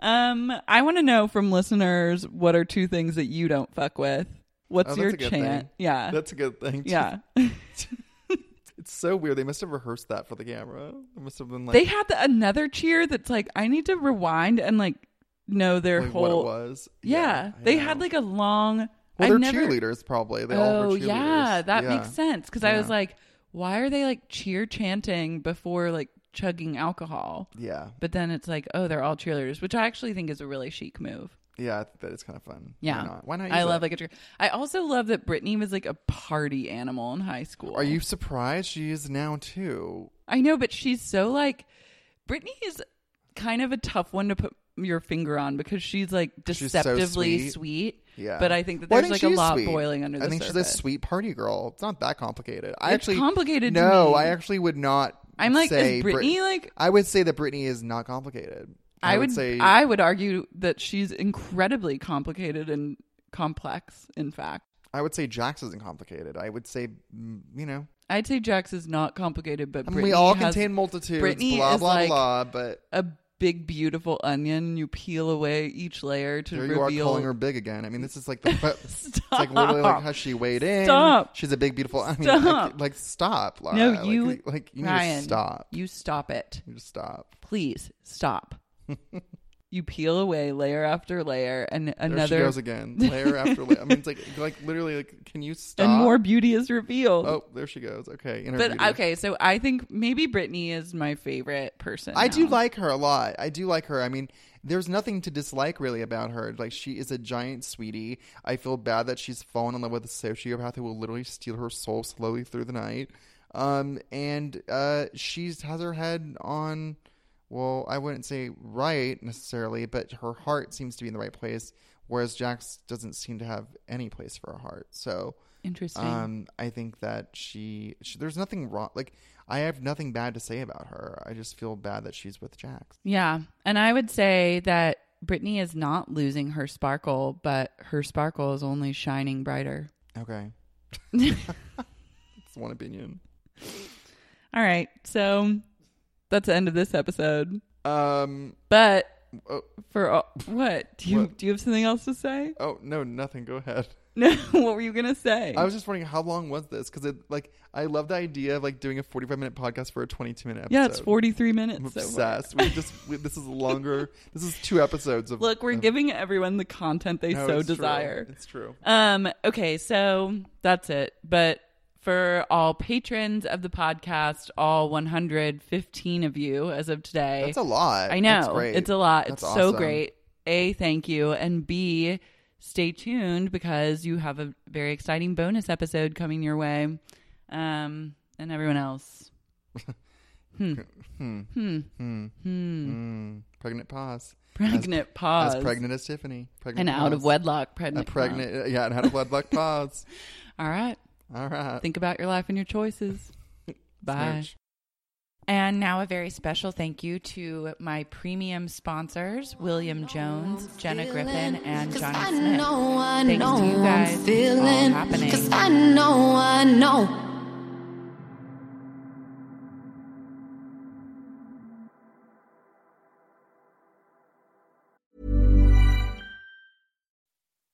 Speaker 2: Um, I want to know from listeners what are two things that you don't fuck with. What's
Speaker 5: Oh, that's
Speaker 2: your
Speaker 5: a good
Speaker 2: chant?
Speaker 5: thing.
Speaker 2: Yeah,
Speaker 5: That's a good thing. too.
Speaker 2: yeah.
Speaker 5: It's so weird. They must have rehearsed that for the camera. It must have been like
Speaker 2: they had the, another cheer that's like, I need to rewind and like know their
Speaker 5: like,
Speaker 2: whole.
Speaker 5: what it was.
Speaker 2: Yeah,
Speaker 5: I
Speaker 2: they
Speaker 5: know.
Speaker 2: had like a long.
Speaker 5: Well,
Speaker 2: I
Speaker 5: they're
Speaker 2: never-
Speaker 5: cheerleaders probably. They all
Speaker 2: oh
Speaker 5: were cheerleaders.
Speaker 2: yeah, that
Speaker 5: Yeah.
Speaker 2: makes sense. Because I was
Speaker 5: Yeah.
Speaker 2: like, why are they like cheer chanting before like chugging alcohol?
Speaker 5: yeah,
Speaker 2: But then it's like, oh, they're all cheerleaders, which I actually think is a really chic move.
Speaker 5: yeah. I think that is kind of fun.
Speaker 2: Yeah,
Speaker 5: Why not? Why not
Speaker 2: I
Speaker 5: use
Speaker 2: love
Speaker 5: it?
Speaker 2: like a cheer. I also love that Brittany was like a party animal in high school.
Speaker 5: Are you surprised she is now too?
Speaker 2: I know, but she's so like Brittany is kind of a tough one to put your finger on because she's like
Speaker 5: She's so
Speaker 2: deceptively
Speaker 5: sweet.
Speaker 2: sweet.
Speaker 5: Yeah,
Speaker 2: But I think that
Speaker 5: Well,
Speaker 2: there's
Speaker 5: think
Speaker 2: like a
Speaker 5: she's
Speaker 2: lot
Speaker 5: sweet.
Speaker 2: boiling under the
Speaker 5: I think
Speaker 2: surface.
Speaker 5: she's a sweet party girl. It's not that complicated. I
Speaker 2: It's
Speaker 5: actually
Speaker 2: complicated to
Speaker 5: No,
Speaker 2: me.
Speaker 5: I actually would not.
Speaker 2: I'm like,
Speaker 5: say
Speaker 2: is Brittany,
Speaker 5: Brit-
Speaker 2: like-
Speaker 5: I would say that Brittany is not complicated.
Speaker 2: I, would
Speaker 5: say
Speaker 2: I would argue that she's incredibly complicated and complex, in fact.
Speaker 5: I would say Jax isn't complicated. I would say, mm, you know,
Speaker 2: I'd say Jax is not complicated, but
Speaker 5: I mean,
Speaker 2: Brittany
Speaker 5: we all
Speaker 2: has-
Speaker 5: contain multitudes,
Speaker 2: Brittany
Speaker 5: blah,
Speaker 2: is
Speaker 5: blah,
Speaker 2: like
Speaker 5: blah, but-
Speaker 2: a big beautiful onion. You peel away each layer to
Speaker 5: Here
Speaker 2: reveal.
Speaker 5: you are calling her big again. I mean, this is like the it's like literally like how she weighed in.
Speaker 2: Stop.
Speaker 5: She's a big, beautiful. I mean,
Speaker 2: Stop.
Speaker 5: Like, like stop, Laura.
Speaker 2: no,
Speaker 5: Like,
Speaker 2: you
Speaker 5: like, you need
Speaker 2: Ryan,
Speaker 5: to stop.
Speaker 2: You stop it.
Speaker 5: You just stop.
Speaker 2: Please stop. you peel away layer after layer, and
Speaker 5: There
Speaker 2: another
Speaker 5: she goes again, layer after layer. I mean, it's like like literally like, can you stop?
Speaker 2: and more beauty is revealed.
Speaker 5: Oh, there she goes. Okay, inner
Speaker 2: but
Speaker 5: beauty.
Speaker 2: okay, so I think maybe Brittany is my favorite person.
Speaker 5: I do
Speaker 2: now.
Speaker 5: like her a lot. I do like her. I mean, there's nothing to dislike really about her. Like she is a giant sweetie. I feel bad that she's fallen in love with a sociopath who will literally steal her soul slowly through the night. Um, and uh, she has her head on. Well, I wouldn't say right necessarily, but her heart seems to be in the right place, whereas Jax doesn't seem to have any place for a heart. So
Speaker 2: Interesting.
Speaker 5: Um, I think that she, she there's nothing wrong. Like I have nothing bad to say about her. I just feel bad that she's with Jax.
Speaker 2: Yeah. And I would say that Brittany is not losing her sparkle, but her sparkle is only shining brighter.
Speaker 5: Okay, that's one opinion.
Speaker 2: All right. So that's the end of this episode.
Speaker 5: Um,
Speaker 2: But
Speaker 5: oh.
Speaker 2: for all, what? Do you
Speaker 5: What?
Speaker 2: do you have something else to say?
Speaker 5: Oh no, nothing. Go ahead.
Speaker 2: No, what were you going to say?
Speaker 5: I was just wondering how long was this because it like I love the idea of like doing a 45 minute podcast for a 22 minute episode.
Speaker 2: Yeah, it's 43
Speaker 5: I'm
Speaker 2: minutes. so far.
Speaker 5: obsessed. we just we, this is longer. this is two episodes of
Speaker 2: Look, we're giving everyone the content they
Speaker 5: No,
Speaker 2: so
Speaker 5: it's true.
Speaker 2: desire.
Speaker 5: It's true.
Speaker 2: Um, okay, so that's it. But for all patrons of the podcast, all 115 of you as of today.
Speaker 5: That's a lot.
Speaker 2: I know.
Speaker 5: That's great.
Speaker 2: It's a lot.
Speaker 5: That's
Speaker 2: it's so
Speaker 5: awesome.
Speaker 2: great. A, thank you. And B, stay tuned because you have a very exciting bonus episode coming your way. Um, and everyone else. Hmm.
Speaker 5: Hmm.
Speaker 2: Hmm.
Speaker 5: Hmm.
Speaker 2: Hmm.
Speaker 5: Hmm. Pregnant pause.
Speaker 2: Pregnant
Speaker 5: as,
Speaker 2: pause.
Speaker 5: As pregnant as Tiffany. Pregnant
Speaker 2: And out of
Speaker 5: pause.
Speaker 2: wedlock pregnant
Speaker 5: A pregnant. Yeah, and out of wedlock pause.
Speaker 2: All right.
Speaker 5: All right.
Speaker 2: Think about your life and your choices. Bye.
Speaker 5: Smooch.
Speaker 10: And now a very special thank you to my premium sponsors, William Jones, Jenna Griffin, and Johnny
Speaker 11: I
Speaker 10: Smith.
Speaker 11: know, I
Speaker 10: Thanks
Speaker 11: know
Speaker 10: to you guys. It's
Speaker 11: I'm
Speaker 10: all
Speaker 11: feeling.
Speaker 10: happening.
Speaker 11: Cause I know, I know.